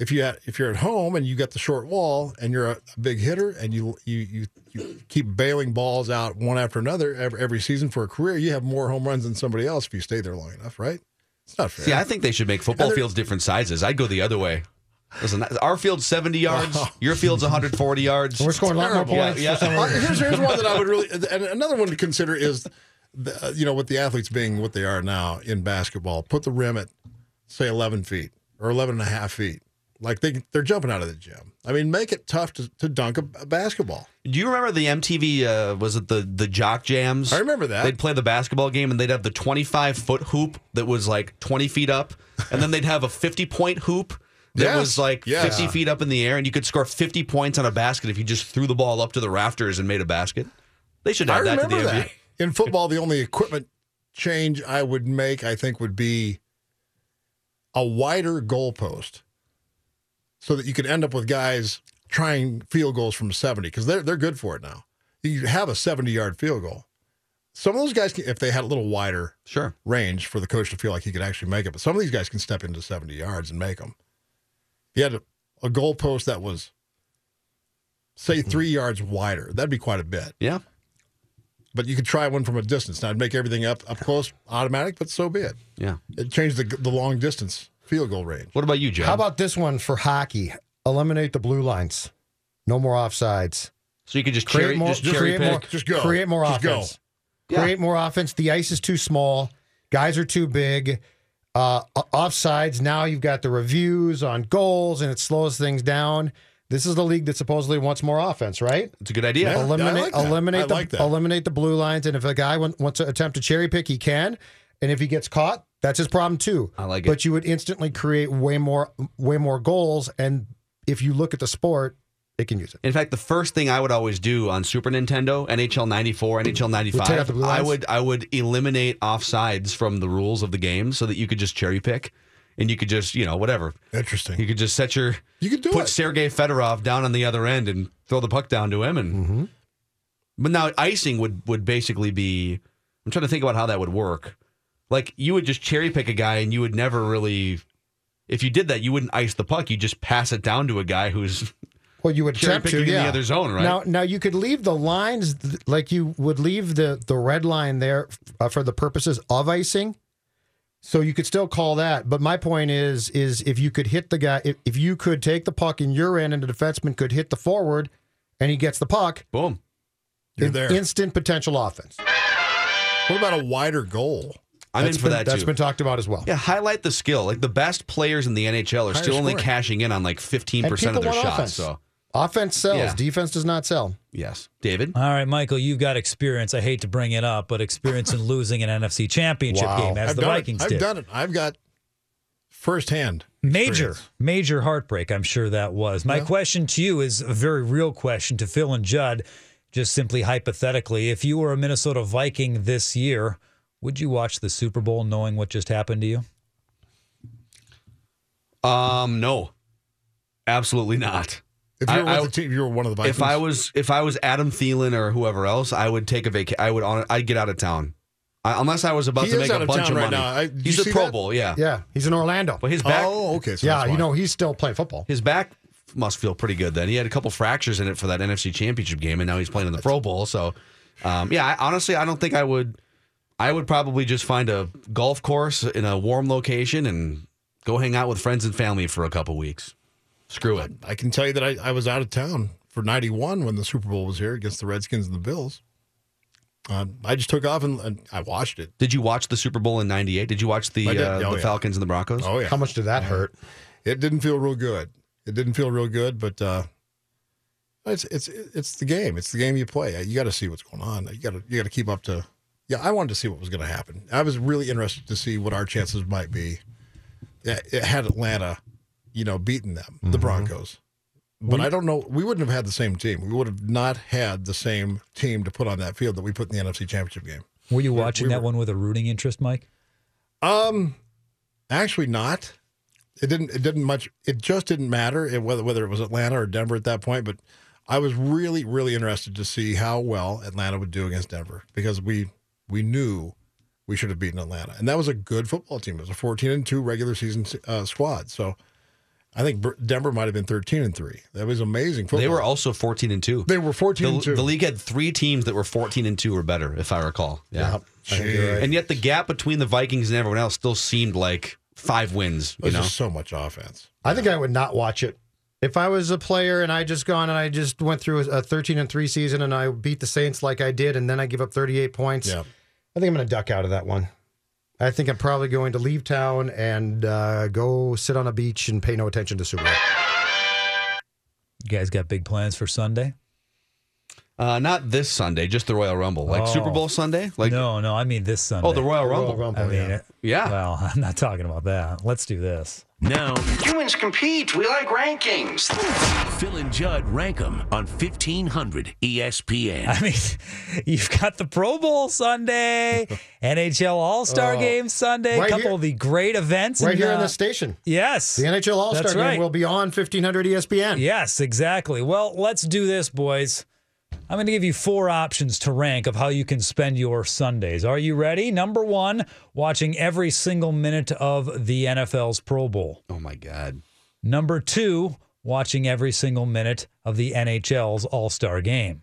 [SPEAKER 6] if you had, if you're at home and you got the short wall and you're a, a big hitter and you you you you keep bailing balls out one after another every, every season for a career, you have more home runs than somebody else if you stay there long enough, right? It's not fair.
[SPEAKER 5] See, I think they should make football fields different sizes. I'd go the other way. Listen, our field's 70 yards, your field's 140 yards. We're
[SPEAKER 6] scoring a lot more points for some reason. Uh, Here's- here's one that I would really and another one to consider is the, uh, you know with the athletes being what they are now in basketball, put the rim at say 11 feet or 11 and a half feet. Like they they're jumping out of the gym. I mean, make it tough to, to dunk a, a basketball.
[SPEAKER 5] Do you remember the MTV? Uh, was it the the Jock Jams? I remember
[SPEAKER 6] that.
[SPEAKER 5] They'd play the basketball game and they'd have the 25 foot hoop that was like 20 feet up, and then they'd have a 50 point hoop that
[SPEAKER 6] Yes,
[SPEAKER 5] was like
[SPEAKER 6] yes.
[SPEAKER 5] 50 feet up in the air, and you could score 50 points on a basket if you just threw the ball up to the rafters and made a basket. They should
[SPEAKER 6] I
[SPEAKER 5] add that to the
[SPEAKER 6] remember
[SPEAKER 5] NBA.
[SPEAKER 6] that. In football, the only equipment change I would make, I think, would be a wider goalpost so that you could end up with guys trying field goals from 70 because they're, they're good for it now. You have a 70 yard field goal. Some of those guys, can, if they had a little wider
[SPEAKER 5] sure
[SPEAKER 6] range for the coach to feel like he could actually make it, but some of these guys can step into 70 yards and make them. You had a, a goalpost that was, say,
[SPEAKER 5] Mm-hmm.
[SPEAKER 6] three yards wider. That'd be quite a bit
[SPEAKER 5] Yeah.
[SPEAKER 6] but you could try one from a distance. Now, I'd make everything up up close automatic, but so be it.
[SPEAKER 5] Yeah.
[SPEAKER 6] It changed the, the long distance field goal range.
[SPEAKER 5] What about you, Joe?
[SPEAKER 7] How about this one for hockey? Eliminate the blue lines. No more offsides.
[SPEAKER 5] So you could just
[SPEAKER 7] create
[SPEAKER 5] cherry,
[SPEAKER 7] more,
[SPEAKER 5] just cherry
[SPEAKER 7] create
[SPEAKER 5] pick.
[SPEAKER 7] more, create more offense. Create more offense. The ice is too small. Guys are too big. Uh, o- offsides. Now you've got the reviews on goals, and it slows things down. This is the league that supposedly wants more offense, right?
[SPEAKER 5] It's a good idea. Yeah, I
[SPEAKER 7] eliminate,
[SPEAKER 5] like that. I
[SPEAKER 7] eliminate the
[SPEAKER 5] like that.
[SPEAKER 7] eliminate the blue lines, and if a guy want- wants to attempt to cherry pick, he can. And if he gets caught, that's his problem too. I
[SPEAKER 5] like
[SPEAKER 7] it. But you would instantly create way more way more goals, and if you look at the sport, it can use it.
[SPEAKER 5] In fact, the first thing I would always do on Super Nintendo, NHL 94, NHL
[SPEAKER 7] take out the
[SPEAKER 5] 95,
[SPEAKER 7] blue
[SPEAKER 5] I
[SPEAKER 7] lines?
[SPEAKER 5] would I would eliminate offsides from the rules of the game so that you could just cherry pick and you could just, you know, whatever.
[SPEAKER 6] Interesting.
[SPEAKER 5] You could just set your
[SPEAKER 6] You could do
[SPEAKER 5] put Sergei Fedorov down on the other end and throw the puck down to him and
[SPEAKER 7] Mm-hmm.
[SPEAKER 5] But now icing would would basically be I'm trying to think about how that would work. Like you would just cherry pick a guy and you would never really if you did that, you wouldn't ice the puck. You just pass it down to a guy who's
[SPEAKER 7] Well, you would
[SPEAKER 5] Cherry
[SPEAKER 7] attempt to,
[SPEAKER 5] picking in the
[SPEAKER 7] yeah.
[SPEAKER 5] other zone, right?
[SPEAKER 7] Now, now you could leave the lines th- like you would leave the the red line there uh, for the purposes of icing, So you could still call that, but my point is, is if you could hit the guy, if, if you could take the puck in your end and the defenseman could hit the forward, and he gets the puck,
[SPEAKER 5] boom,
[SPEAKER 6] You're there.
[SPEAKER 7] Instant potential offense.
[SPEAKER 6] What about a wider goal?
[SPEAKER 5] I'm
[SPEAKER 7] That's
[SPEAKER 5] in for
[SPEAKER 7] been-
[SPEAKER 5] that
[SPEAKER 7] That's
[SPEAKER 5] too.
[SPEAKER 7] been talked about as well.
[SPEAKER 5] Yeah, highlight the skill. Like the best players in the NHL are
[SPEAKER 7] Higher
[SPEAKER 5] still only
[SPEAKER 7] scoring.
[SPEAKER 5] cashing in on like 15%
[SPEAKER 7] And people
[SPEAKER 5] of their
[SPEAKER 7] want
[SPEAKER 5] shots.
[SPEAKER 7] offense.
[SPEAKER 5] So,
[SPEAKER 7] Offense sells.
[SPEAKER 5] Yeah.
[SPEAKER 7] Defense does not sell.
[SPEAKER 5] yes. David?
[SPEAKER 7] Uh-huh.
[SPEAKER 8] All right, Michael, you've got experience. I hate to bring it up, but experience in
[SPEAKER 6] *laughs*
[SPEAKER 8] losing an NFC championship
[SPEAKER 6] Wow.
[SPEAKER 8] game, as
[SPEAKER 6] I've
[SPEAKER 8] the
[SPEAKER 6] done it.
[SPEAKER 8] Vikings
[SPEAKER 6] I've
[SPEAKER 8] did.
[SPEAKER 6] done it. I've got firsthand.
[SPEAKER 8] Major,
[SPEAKER 6] experience.
[SPEAKER 8] major heartbreak, I'm sure that was. My question to you is a very real question to Phil and Judd, just simply hypothetically. If you were a Minnesota Viking this year, would you watch the Super Bowl knowing what just happened to you?
[SPEAKER 5] Um, no. Absolutely not.
[SPEAKER 6] If
[SPEAKER 5] I-
[SPEAKER 6] you were,
[SPEAKER 5] I-
[SPEAKER 6] with the team, if you were one of the Vikings.
[SPEAKER 5] If I was if I was Adam Thielen or whoever else, I would take a vac. I would on. I'd get out of town, I, unless I was about
[SPEAKER 6] He
[SPEAKER 5] to
[SPEAKER 6] is
[SPEAKER 5] make a
[SPEAKER 6] out of
[SPEAKER 5] bunch
[SPEAKER 6] town
[SPEAKER 5] of
[SPEAKER 6] right
[SPEAKER 5] money.
[SPEAKER 6] now. I- you
[SPEAKER 5] he's a
[SPEAKER 6] see
[SPEAKER 5] Pro
[SPEAKER 6] that?
[SPEAKER 5] Bowl, yeah.
[SPEAKER 7] Yeah, he's in Orlando.
[SPEAKER 5] But his back,
[SPEAKER 6] Oh, okay. So
[SPEAKER 7] yeah,
[SPEAKER 6] that's
[SPEAKER 7] you
[SPEAKER 6] why.
[SPEAKER 7] know he's still playing football.
[SPEAKER 5] his back must feel pretty good. Then he had a couple fractures in it for that NFC Championship game, and now he's playing in the Pro Bowl. So, um, yeah, I, honestly, I don't think I would. I would probably just find a golf course in a warm location and go hang out with friends and family for a couple weeks. Screw it.
[SPEAKER 6] I can tell you that I, I was out of town for 91 when the Super Bowl was here against the Redskins and the Bills. Um, I just took off and, and I watched it.
[SPEAKER 5] Did you watch the Super Bowl in '98? Did you watch the
[SPEAKER 6] I did.
[SPEAKER 5] uh,
[SPEAKER 6] Oh,
[SPEAKER 5] the
[SPEAKER 6] yeah.
[SPEAKER 5] Falcons and the Broncos?
[SPEAKER 6] Oh, yeah.
[SPEAKER 7] How much did that hurt?
[SPEAKER 6] It didn't feel real good. It didn't feel real good, but uh, it's it's it's the game. It's the game you play. You got to see what's going on. You got to you got to keep up to. Yeah, I wanted to see what was going to happen. I was really interested to see what our chances might be. Yeah, It had Atlanta, you know, beaten them, the Broncos. But I don't know. We wouldn't have had the same team. We would have not had the same team to put on that field that we put in the NFC Championship game.
[SPEAKER 8] Were you watching
[SPEAKER 6] we
[SPEAKER 8] that one with a rooting interest, Mike?
[SPEAKER 6] Um, actually, not. It didn't. It didn't much. It just didn't matter it, whether whether it was Atlanta or Denver at that point. But I was really, really interested to see how well Atlanta would do against Denver because we we knew we should have beaten Atlanta, and that was a good football team. It was a fourteen and two regular season uh, squad. So I think Br- Denver might have been thirteen and three. That was amazing football.
[SPEAKER 5] They were also 14 and 2.
[SPEAKER 6] They were 14
[SPEAKER 5] the,
[SPEAKER 6] and 2.
[SPEAKER 5] The league had 3 teams that were 14 and 2 or better if I recall. Yeah.
[SPEAKER 6] Jeez.
[SPEAKER 5] And yet the gap between the Vikings and everyone else still seemed like 5 wins, you
[SPEAKER 6] There's
[SPEAKER 5] know.
[SPEAKER 6] just so much offense.
[SPEAKER 7] I think I would not watch it. If I was a player and I just gone and I just went through a 13 and 3 season and I beat the Saints like I did and then I give up 38 points,
[SPEAKER 6] Yeah.
[SPEAKER 7] I think I'm going to duck out of that one. I think I'm probably going to leave town and uh, go sit on a beach and pay no attention to Super Bowl.
[SPEAKER 8] You guys got big plans for Sunday?
[SPEAKER 5] Uh, not this Sunday, just the Royal Rumble. Like
[SPEAKER 8] Oh.
[SPEAKER 5] Super Bowl Sunday? Like
[SPEAKER 8] no, no, I mean this Sunday.
[SPEAKER 5] Oh, the Royal Rumble.
[SPEAKER 7] Rumble,
[SPEAKER 8] I mean,
[SPEAKER 7] yeah.
[SPEAKER 8] it,
[SPEAKER 5] Yeah.
[SPEAKER 8] *laughs* well, I'm not talking about that. Let's do this.
[SPEAKER 1] Now,
[SPEAKER 10] Humans compete. We like rankings.
[SPEAKER 1] Phil and Judd rank 'em on E 1500 ESPN.
[SPEAKER 5] *laughs*
[SPEAKER 8] I mean, *laughs* you've got the Pro Bowl Sunday, NHL All Star
[SPEAKER 7] Oh.
[SPEAKER 8] Game Sunday, a
[SPEAKER 7] Right
[SPEAKER 8] couple
[SPEAKER 7] here-
[SPEAKER 8] of the great events.
[SPEAKER 7] Right here
[SPEAKER 8] uh,
[SPEAKER 7] in this station.
[SPEAKER 8] Yes.
[SPEAKER 7] The NHL All Star
[SPEAKER 8] That's right.
[SPEAKER 7] game will be on E 1500 ESPN.
[SPEAKER 8] Yes, exactly. Well, let's do this, boys. I'm going to give you four options to rank of how you can spend your Sundays. Are you ready? Number one, watching every single minute of the NFL's Pro Bowl.
[SPEAKER 5] Oh my god.
[SPEAKER 8] Number two, watching every single minute of the NHL's All Star Game.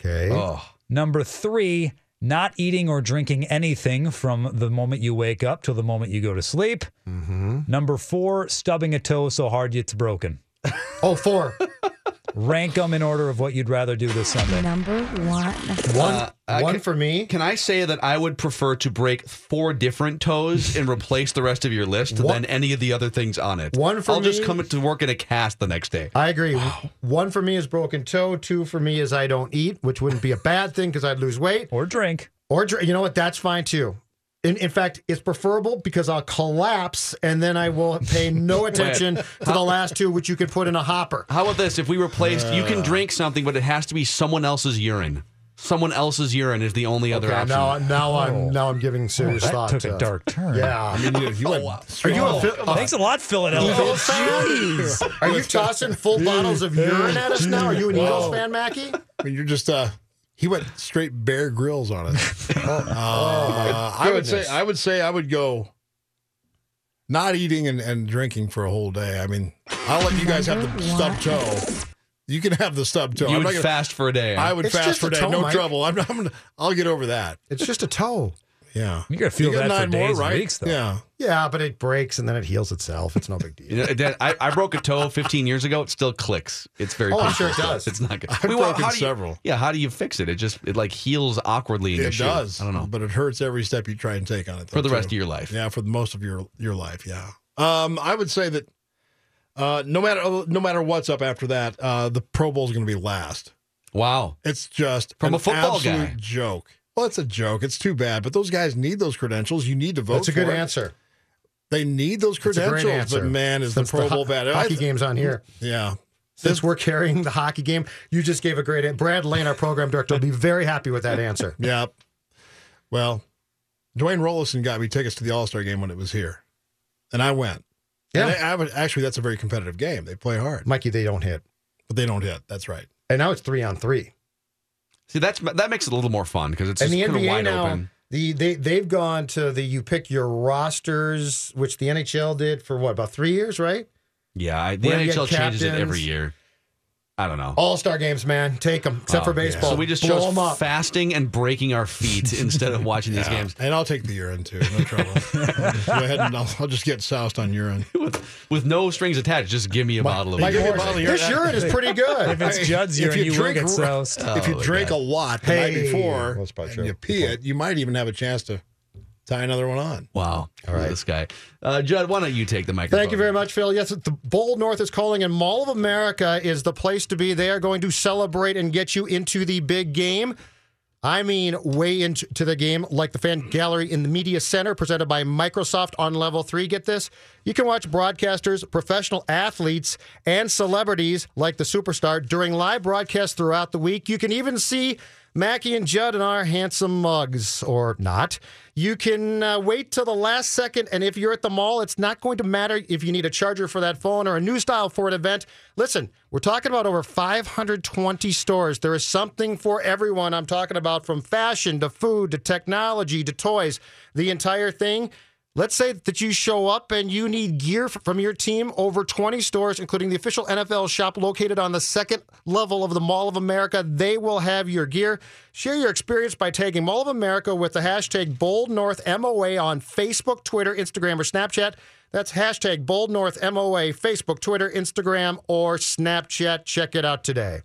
[SPEAKER 7] Okay.
[SPEAKER 5] Oh.
[SPEAKER 8] Number three, not eating or drinking anything from the moment you wake up till the moment you go to sleep.
[SPEAKER 5] Mm-hmm.
[SPEAKER 8] Number four, stubbing a toe so hard it's broken.
[SPEAKER 7] Oh,
[SPEAKER 8] *laughs*
[SPEAKER 7] four.
[SPEAKER 8] Uh, Rank them in order of what you'd rather do this Sunday.
[SPEAKER 12] Number one.
[SPEAKER 7] One,
[SPEAKER 5] Uh, I
[SPEAKER 7] one
[SPEAKER 5] can-
[SPEAKER 7] for me.
[SPEAKER 5] Can I say that I would prefer to break four different
[SPEAKER 7] *laughs*
[SPEAKER 5] toes and replace the rest of your list
[SPEAKER 7] One-
[SPEAKER 5] than any of the other things on it?
[SPEAKER 7] One for
[SPEAKER 5] I'll just
[SPEAKER 7] me.
[SPEAKER 5] come to work in a cast the next day.
[SPEAKER 7] I agree. One for me is broken toe. Two for me is I don't eat, which wouldn't be a bad thing because I'd lose weight.
[SPEAKER 8] Or drink.
[SPEAKER 7] Or dr- you know what? That's fine too. In, in fact, it's preferable because I'll collapse and then I will pay no attention to the last two, which you could put in a hopper.
[SPEAKER 5] How about this? If we replaced, you can drink something, but it has to be someone else's urine. Someone else's urine is the only other
[SPEAKER 7] Okay, now,
[SPEAKER 5] option.
[SPEAKER 7] now I'm now I'm giving serious
[SPEAKER 8] That
[SPEAKER 7] thought.
[SPEAKER 8] took a
[SPEAKER 7] to-
[SPEAKER 8] dark turn.
[SPEAKER 7] Yeah.
[SPEAKER 6] I mean, you,
[SPEAKER 5] Oh,
[SPEAKER 6] you went
[SPEAKER 7] Are
[SPEAKER 6] straight
[SPEAKER 7] you a,
[SPEAKER 6] off.
[SPEAKER 7] fi-
[SPEAKER 8] Thanks a lot, Philadelphia.
[SPEAKER 7] uh, are you tossing full bottles of urine at us now? Are you an Eagles
[SPEAKER 6] Whoa.
[SPEAKER 7] fan, Mackie?
[SPEAKER 6] I mean, you're just uh he went straight bear grills on us. Uh, I would say I would say I would go not eating and, and drinking for a whole day. I mean, I'll let you guys have the stub toe. You can have the stub toe.
[SPEAKER 5] you
[SPEAKER 6] I'm
[SPEAKER 5] would
[SPEAKER 6] not gonna,
[SPEAKER 5] fast for a day.
[SPEAKER 6] I would
[SPEAKER 7] It's
[SPEAKER 6] fast
[SPEAKER 7] just
[SPEAKER 6] for
[SPEAKER 7] a
[SPEAKER 6] a day,
[SPEAKER 7] toe,
[SPEAKER 6] no
[SPEAKER 7] Mike.
[SPEAKER 6] trouble. I'm, I'm gonna, I'll get over that.
[SPEAKER 7] It's just a toe.
[SPEAKER 6] Yeah.
[SPEAKER 8] You gotta feel
[SPEAKER 6] You got
[SPEAKER 8] that for
[SPEAKER 6] nine more,
[SPEAKER 8] days
[SPEAKER 6] right?
[SPEAKER 8] and weeks, though.
[SPEAKER 6] Yeah.
[SPEAKER 7] Yeah, but it breaks and then it heals itself. It's no big deal.
[SPEAKER 5] *laughs* You know, that- I, I broke a toe 15 years ago. It still clicks. It's very.
[SPEAKER 7] Oh, I'm
[SPEAKER 5] painful
[SPEAKER 7] sure it
[SPEAKER 5] still.
[SPEAKER 7] does.
[SPEAKER 5] *laughs* It's not good.
[SPEAKER 7] I've
[SPEAKER 5] well,
[SPEAKER 7] broken
[SPEAKER 5] how do you-
[SPEAKER 6] several.
[SPEAKER 5] Yeah, how do you fix it? It just it like heals awkwardly. in your
[SPEAKER 6] It
[SPEAKER 5] shoe.
[SPEAKER 6] does.
[SPEAKER 5] I don't know.
[SPEAKER 6] But it hurts every step you try and take on it.
[SPEAKER 5] For
[SPEAKER 6] though,
[SPEAKER 5] the rest of
[SPEAKER 6] too.
[SPEAKER 5] your life.
[SPEAKER 6] Yeah, for the most of your your life. Yeah. Um, I would say that uh, no matter no matter what's up after that, uh, the Pro Bowl is going to be last.
[SPEAKER 5] Wow.
[SPEAKER 6] It's just
[SPEAKER 5] From
[SPEAKER 6] an
[SPEAKER 5] a football
[SPEAKER 6] absolute
[SPEAKER 5] guy.
[SPEAKER 6] joke. Well, it's a joke. It's too bad, but those guys need those credentials. You need to vote.
[SPEAKER 7] That's a good
[SPEAKER 6] for it.
[SPEAKER 7] answer.
[SPEAKER 6] They need those
[SPEAKER 7] That's a
[SPEAKER 6] credentials.
[SPEAKER 7] great answer.
[SPEAKER 6] But man, is
[SPEAKER 7] Since
[SPEAKER 6] the Pro
[SPEAKER 7] ho-
[SPEAKER 6] Bowl bad? I
[SPEAKER 7] Hockey
[SPEAKER 6] th-
[SPEAKER 7] game's on here.
[SPEAKER 6] Yeah,
[SPEAKER 7] Since we're carrying the hockey game, you just gave a great answer. Brad Lane, our program director, will be very happy with
[SPEAKER 5] *laughs*
[SPEAKER 7] that answer.
[SPEAKER 6] yeah. Well, Dwayne Rollison got me tickets to the All Star game when it was here, and I went.
[SPEAKER 7] Yeah.
[SPEAKER 6] And I, I would, actually, that's a very competitive game. They play hard,
[SPEAKER 7] Mikey, they don't hit.
[SPEAKER 6] but they don't hit. That's right.
[SPEAKER 7] And now it's three on three.
[SPEAKER 5] See, that's that makes it a little more fun because it's
[SPEAKER 7] and
[SPEAKER 5] just
[SPEAKER 7] the
[SPEAKER 5] kind of
[SPEAKER 7] NBA
[SPEAKER 5] wide
[SPEAKER 7] now,
[SPEAKER 5] open.
[SPEAKER 7] the they they've gone to the you pick your rosters, which the NHL did for what about three years, right?
[SPEAKER 5] Yeah, I, the
[SPEAKER 7] When you get
[SPEAKER 5] NHL changes it every
[SPEAKER 7] captains.
[SPEAKER 5] year. I don't know.
[SPEAKER 7] All star games, man, take them except for
[SPEAKER 5] Oh, yeah.
[SPEAKER 7] baseball.
[SPEAKER 5] So we just
[SPEAKER 7] blow
[SPEAKER 5] chose
[SPEAKER 7] them up.
[SPEAKER 5] fasting and breaking
[SPEAKER 7] *laughs*
[SPEAKER 5] our feet instead of watching these
[SPEAKER 6] Yeah.
[SPEAKER 5] games.
[SPEAKER 6] And I'll take the urine too. No trouble. I'll just go ahead and I'll, I'll just get soused on
[SPEAKER 7] *laughs*
[SPEAKER 6] urine.
[SPEAKER 5] with no strings attached. Just give me a bottle of
[SPEAKER 6] Mike
[SPEAKER 5] it.
[SPEAKER 6] Give me a Morris, bottle of
[SPEAKER 7] this
[SPEAKER 6] urine.
[SPEAKER 7] urine is pretty
[SPEAKER 5] *laughs*
[SPEAKER 7] good.
[SPEAKER 8] If it's Judd's urine, you, will get soused.
[SPEAKER 6] if you
[SPEAKER 5] Oh,
[SPEAKER 6] drink
[SPEAKER 5] God.
[SPEAKER 6] a lot the night
[SPEAKER 7] Hey.
[SPEAKER 6] before
[SPEAKER 7] Let's probably
[SPEAKER 6] and
[SPEAKER 7] try
[SPEAKER 6] you
[SPEAKER 7] it
[SPEAKER 6] pee it, you might even have a chance to tie another one on.
[SPEAKER 5] Wow. All right. This guy. Uh, Judd, why don't you take the microphone?
[SPEAKER 7] Thank you very much, Phil. Yes, the Bold North is calling, and Mall of America is the place to be. They are going to celebrate and get you into the big game. I mean, way into to the game, like the Fan Gallery in the Media Center, presented by Microsoft on Level 3. Get this you can watch broadcasters, professional athletes, and celebrities like the superstar during live broadcasts throughout the week. You can even see Mackie and Judd in our handsome mugs, or not. You can uh, wait till the last second, and if you're at the mall, it's not going to matter if you need a charger for that phone or a new style for an event. Listen, we're talking about over 520 stores. There is something for everyone. I'm talking about from fashion to food to technology to toys, the entire thing. Let's say that you show up and you need gear f- from your team over 20 stores, including the official NFL shop located on the second level of the Mall of America. They will have your gear. Share your experience by tagging Mall of America with the hashtag BoldNorthMOA on Facebook, Twitter, Instagram, or Snapchat. That's hashtag BoldNorthMOA, Facebook, Twitter, Instagram, or Snapchat. Check it out today.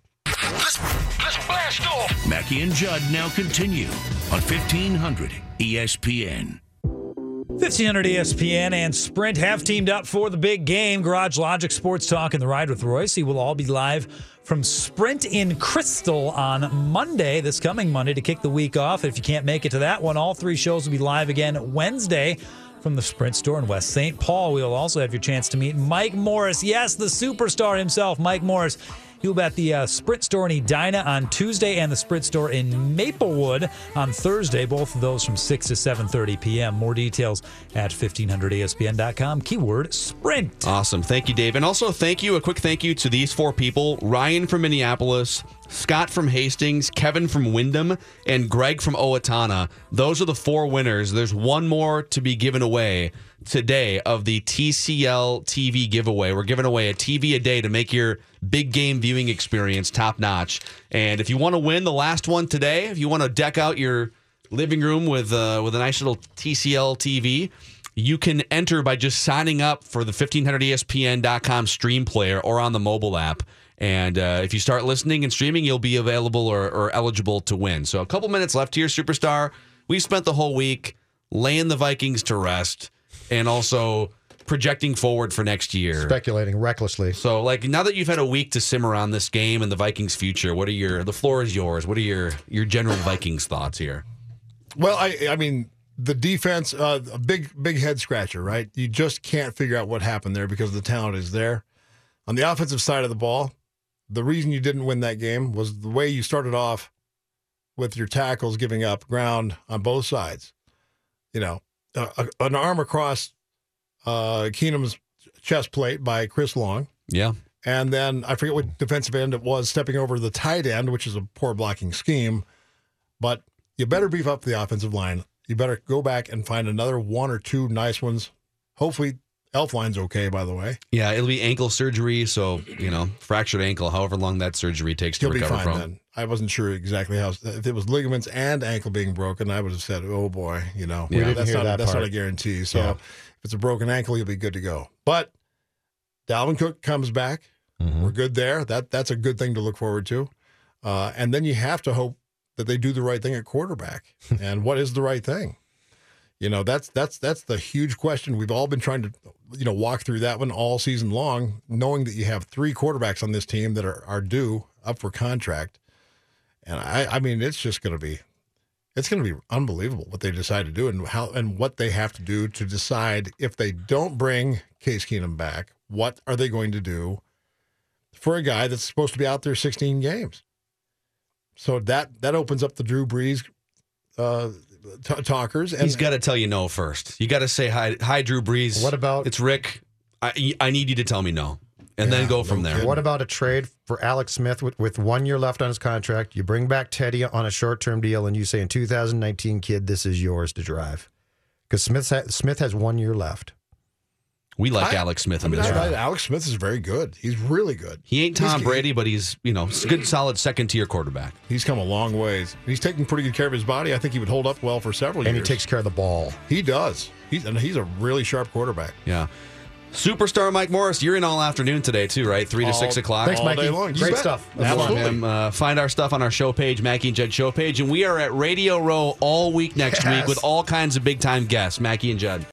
[SPEAKER 1] Mackie and Judd now continue on E 1500 ESPN.
[SPEAKER 8] 1500 ESPN and Sprint have teamed up for the big game. Garage Logic Sports Talk and The Ride with Royce. He will all be live from Sprint in Crystal on Monday, this coming Monday, to kick the week off. If you can't make it to that one, all three shows will be live again Wednesday from the Sprint store in West St. Paul. We'll also have your chance to meet Mike Morris. Yes, the superstar himself, Mike Morris. He'll be at the uh, Sprint store in Edina on Tuesday and the Sprint store in Maplewood on Thursday. Both of those from 6 to 7.30 p.m. More details at E 1500ESPN.com. Keyword Sprint.
[SPEAKER 5] Awesome. Thank you, Dave. And also, thank you. A quick thank you to these four people Ryan from Minneapolis, Scott from Hastings, Kevin from Wyndham, and Greg from Owatonna. Those are the four winners. There's one more to be given away today of the TCL TV giveaway. We're giving away a TV a day to make your big game viewing experience top notch. And if you want to win the last one today, if you want to deck out your living room with uh, with a nice little TCL TV. You can enter by just signing up for the E 1500ESPN.com stream player or on the mobile app. And uh, if you start listening and streaming, you'll be available or, or eligible to win. So a couple minutes left here, superstar. We spent the whole week laying the Vikings to rest and also projecting forward for next year.
[SPEAKER 7] Speculating recklessly.
[SPEAKER 5] so, like now that you've had a week to simmer on this game and the Vikings' future, what are your the floor is yours? What are your your general Vikings thoughts here?
[SPEAKER 6] Well, I I mean the defense, uh, a big big head scratcher, right? You just can't figure out what happened there because the talent is there. On the offensive side of the ball, the reason you didn't win that game was the way you started off with your tackles giving up ground on both sides. You know, a, a- an arm across uh, Keenum's chest plate by Chris Long.
[SPEAKER 5] Yeah.
[SPEAKER 6] And then I forget what defensive end it was stepping over the tight end, which is a poor blocking scheme. But you better beef up the offensive line. You better go back and find another one or two nice ones. Hopefully, Elfline's okay, by the way.
[SPEAKER 5] Yeah, it'll be ankle surgery, so you know, fractured ankle, however long that surgery takes to
[SPEAKER 6] He'll be
[SPEAKER 5] recover
[SPEAKER 6] fine
[SPEAKER 5] from.
[SPEAKER 6] then. I wasn't sure exactly how. If it was ligaments and ankle being broken, I would have said, "Oh boy," you know.
[SPEAKER 7] We didn't
[SPEAKER 6] that's
[SPEAKER 7] hear
[SPEAKER 6] not
[SPEAKER 7] that
[SPEAKER 6] that's
[SPEAKER 7] part.
[SPEAKER 6] not a guarantee. So
[SPEAKER 7] Yeah.
[SPEAKER 6] if it's a broken ankle, you'll be good to go. But Dalvin Cook comes back.
[SPEAKER 5] Mm-hmm.
[SPEAKER 6] We're good there. That that's a good thing to look forward to. Uh, and then you have to hope that they do the right thing
[SPEAKER 5] *laughs*
[SPEAKER 6] at quarterback. and what is the right thing? You know, that's that's that's the huge question. We've all been trying to, you know, walk through that one all season long, knowing that you have three quarterbacks on this team that are, are due up for contract. And I, I mean, it's just going to be, it's going to be unbelievable what they decide to do and how and what they have to do to decide if they don't bring Case Keenum back, what are they going to do for a guy that's supposed to be out there 16 games? So that that opens up the Drew Brees uh, t- talkers. And
[SPEAKER 5] He's got to tell you no first. You got to say hi, hi, Drew Brees.
[SPEAKER 7] What about-
[SPEAKER 5] it's Rick? I I need you to tell me no, and then go from there.
[SPEAKER 7] What about a trade for Alex Smith with, with one year left on his contract? You bring back Teddy on a short term deal, and you say in 2019, kid, this is yours to drive. Because Smith ha- Smith has one year left.
[SPEAKER 5] we like
[SPEAKER 6] I-
[SPEAKER 5] Alex Smith
[SPEAKER 6] I
[SPEAKER 5] in
[SPEAKER 6] mean,
[SPEAKER 5] this
[SPEAKER 6] I-
[SPEAKER 5] round.
[SPEAKER 6] I- Alex Smith is very good. He's really good.
[SPEAKER 5] He ain't Tom Brady, but he's you know s- good, solid second tier quarterback.
[SPEAKER 6] He's come a long ways. He's taking pretty good care of his body. I think he would hold up well for several
[SPEAKER 7] And he
[SPEAKER 6] years.
[SPEAKER 7] takes care of the ball.
[SPEAKER 6] He does. He's and he's a really sharp quarterback.
[SPEAKER 5] Yeah. Superstar Mike Morris, you're in all afternoon today too, right? Three to
[SPEAKER 6] All-
[SPEAKER 5] six o'clock.
[SPEAKER 7] Thanks,
[SPEAKER 6] All
[SPEAKER 7] Mikey.
[SPEAKER 6] day long. You
[SPEAKER 7] Great
[SPEAKER 6] bet.
[SPEAKER 7] stuff.
[SPEAKER 5] That's
[SPEAKER 6] Absolutely.
[SPEAKER 5] on him. Uh, find our stuff on our show page, Mackie and Judd show page, and we are at Radio Row all week next
[SPEAKER 7] Yes.
[SPEAKER 5] week with all kinds of big time guests. Mackie and Judd.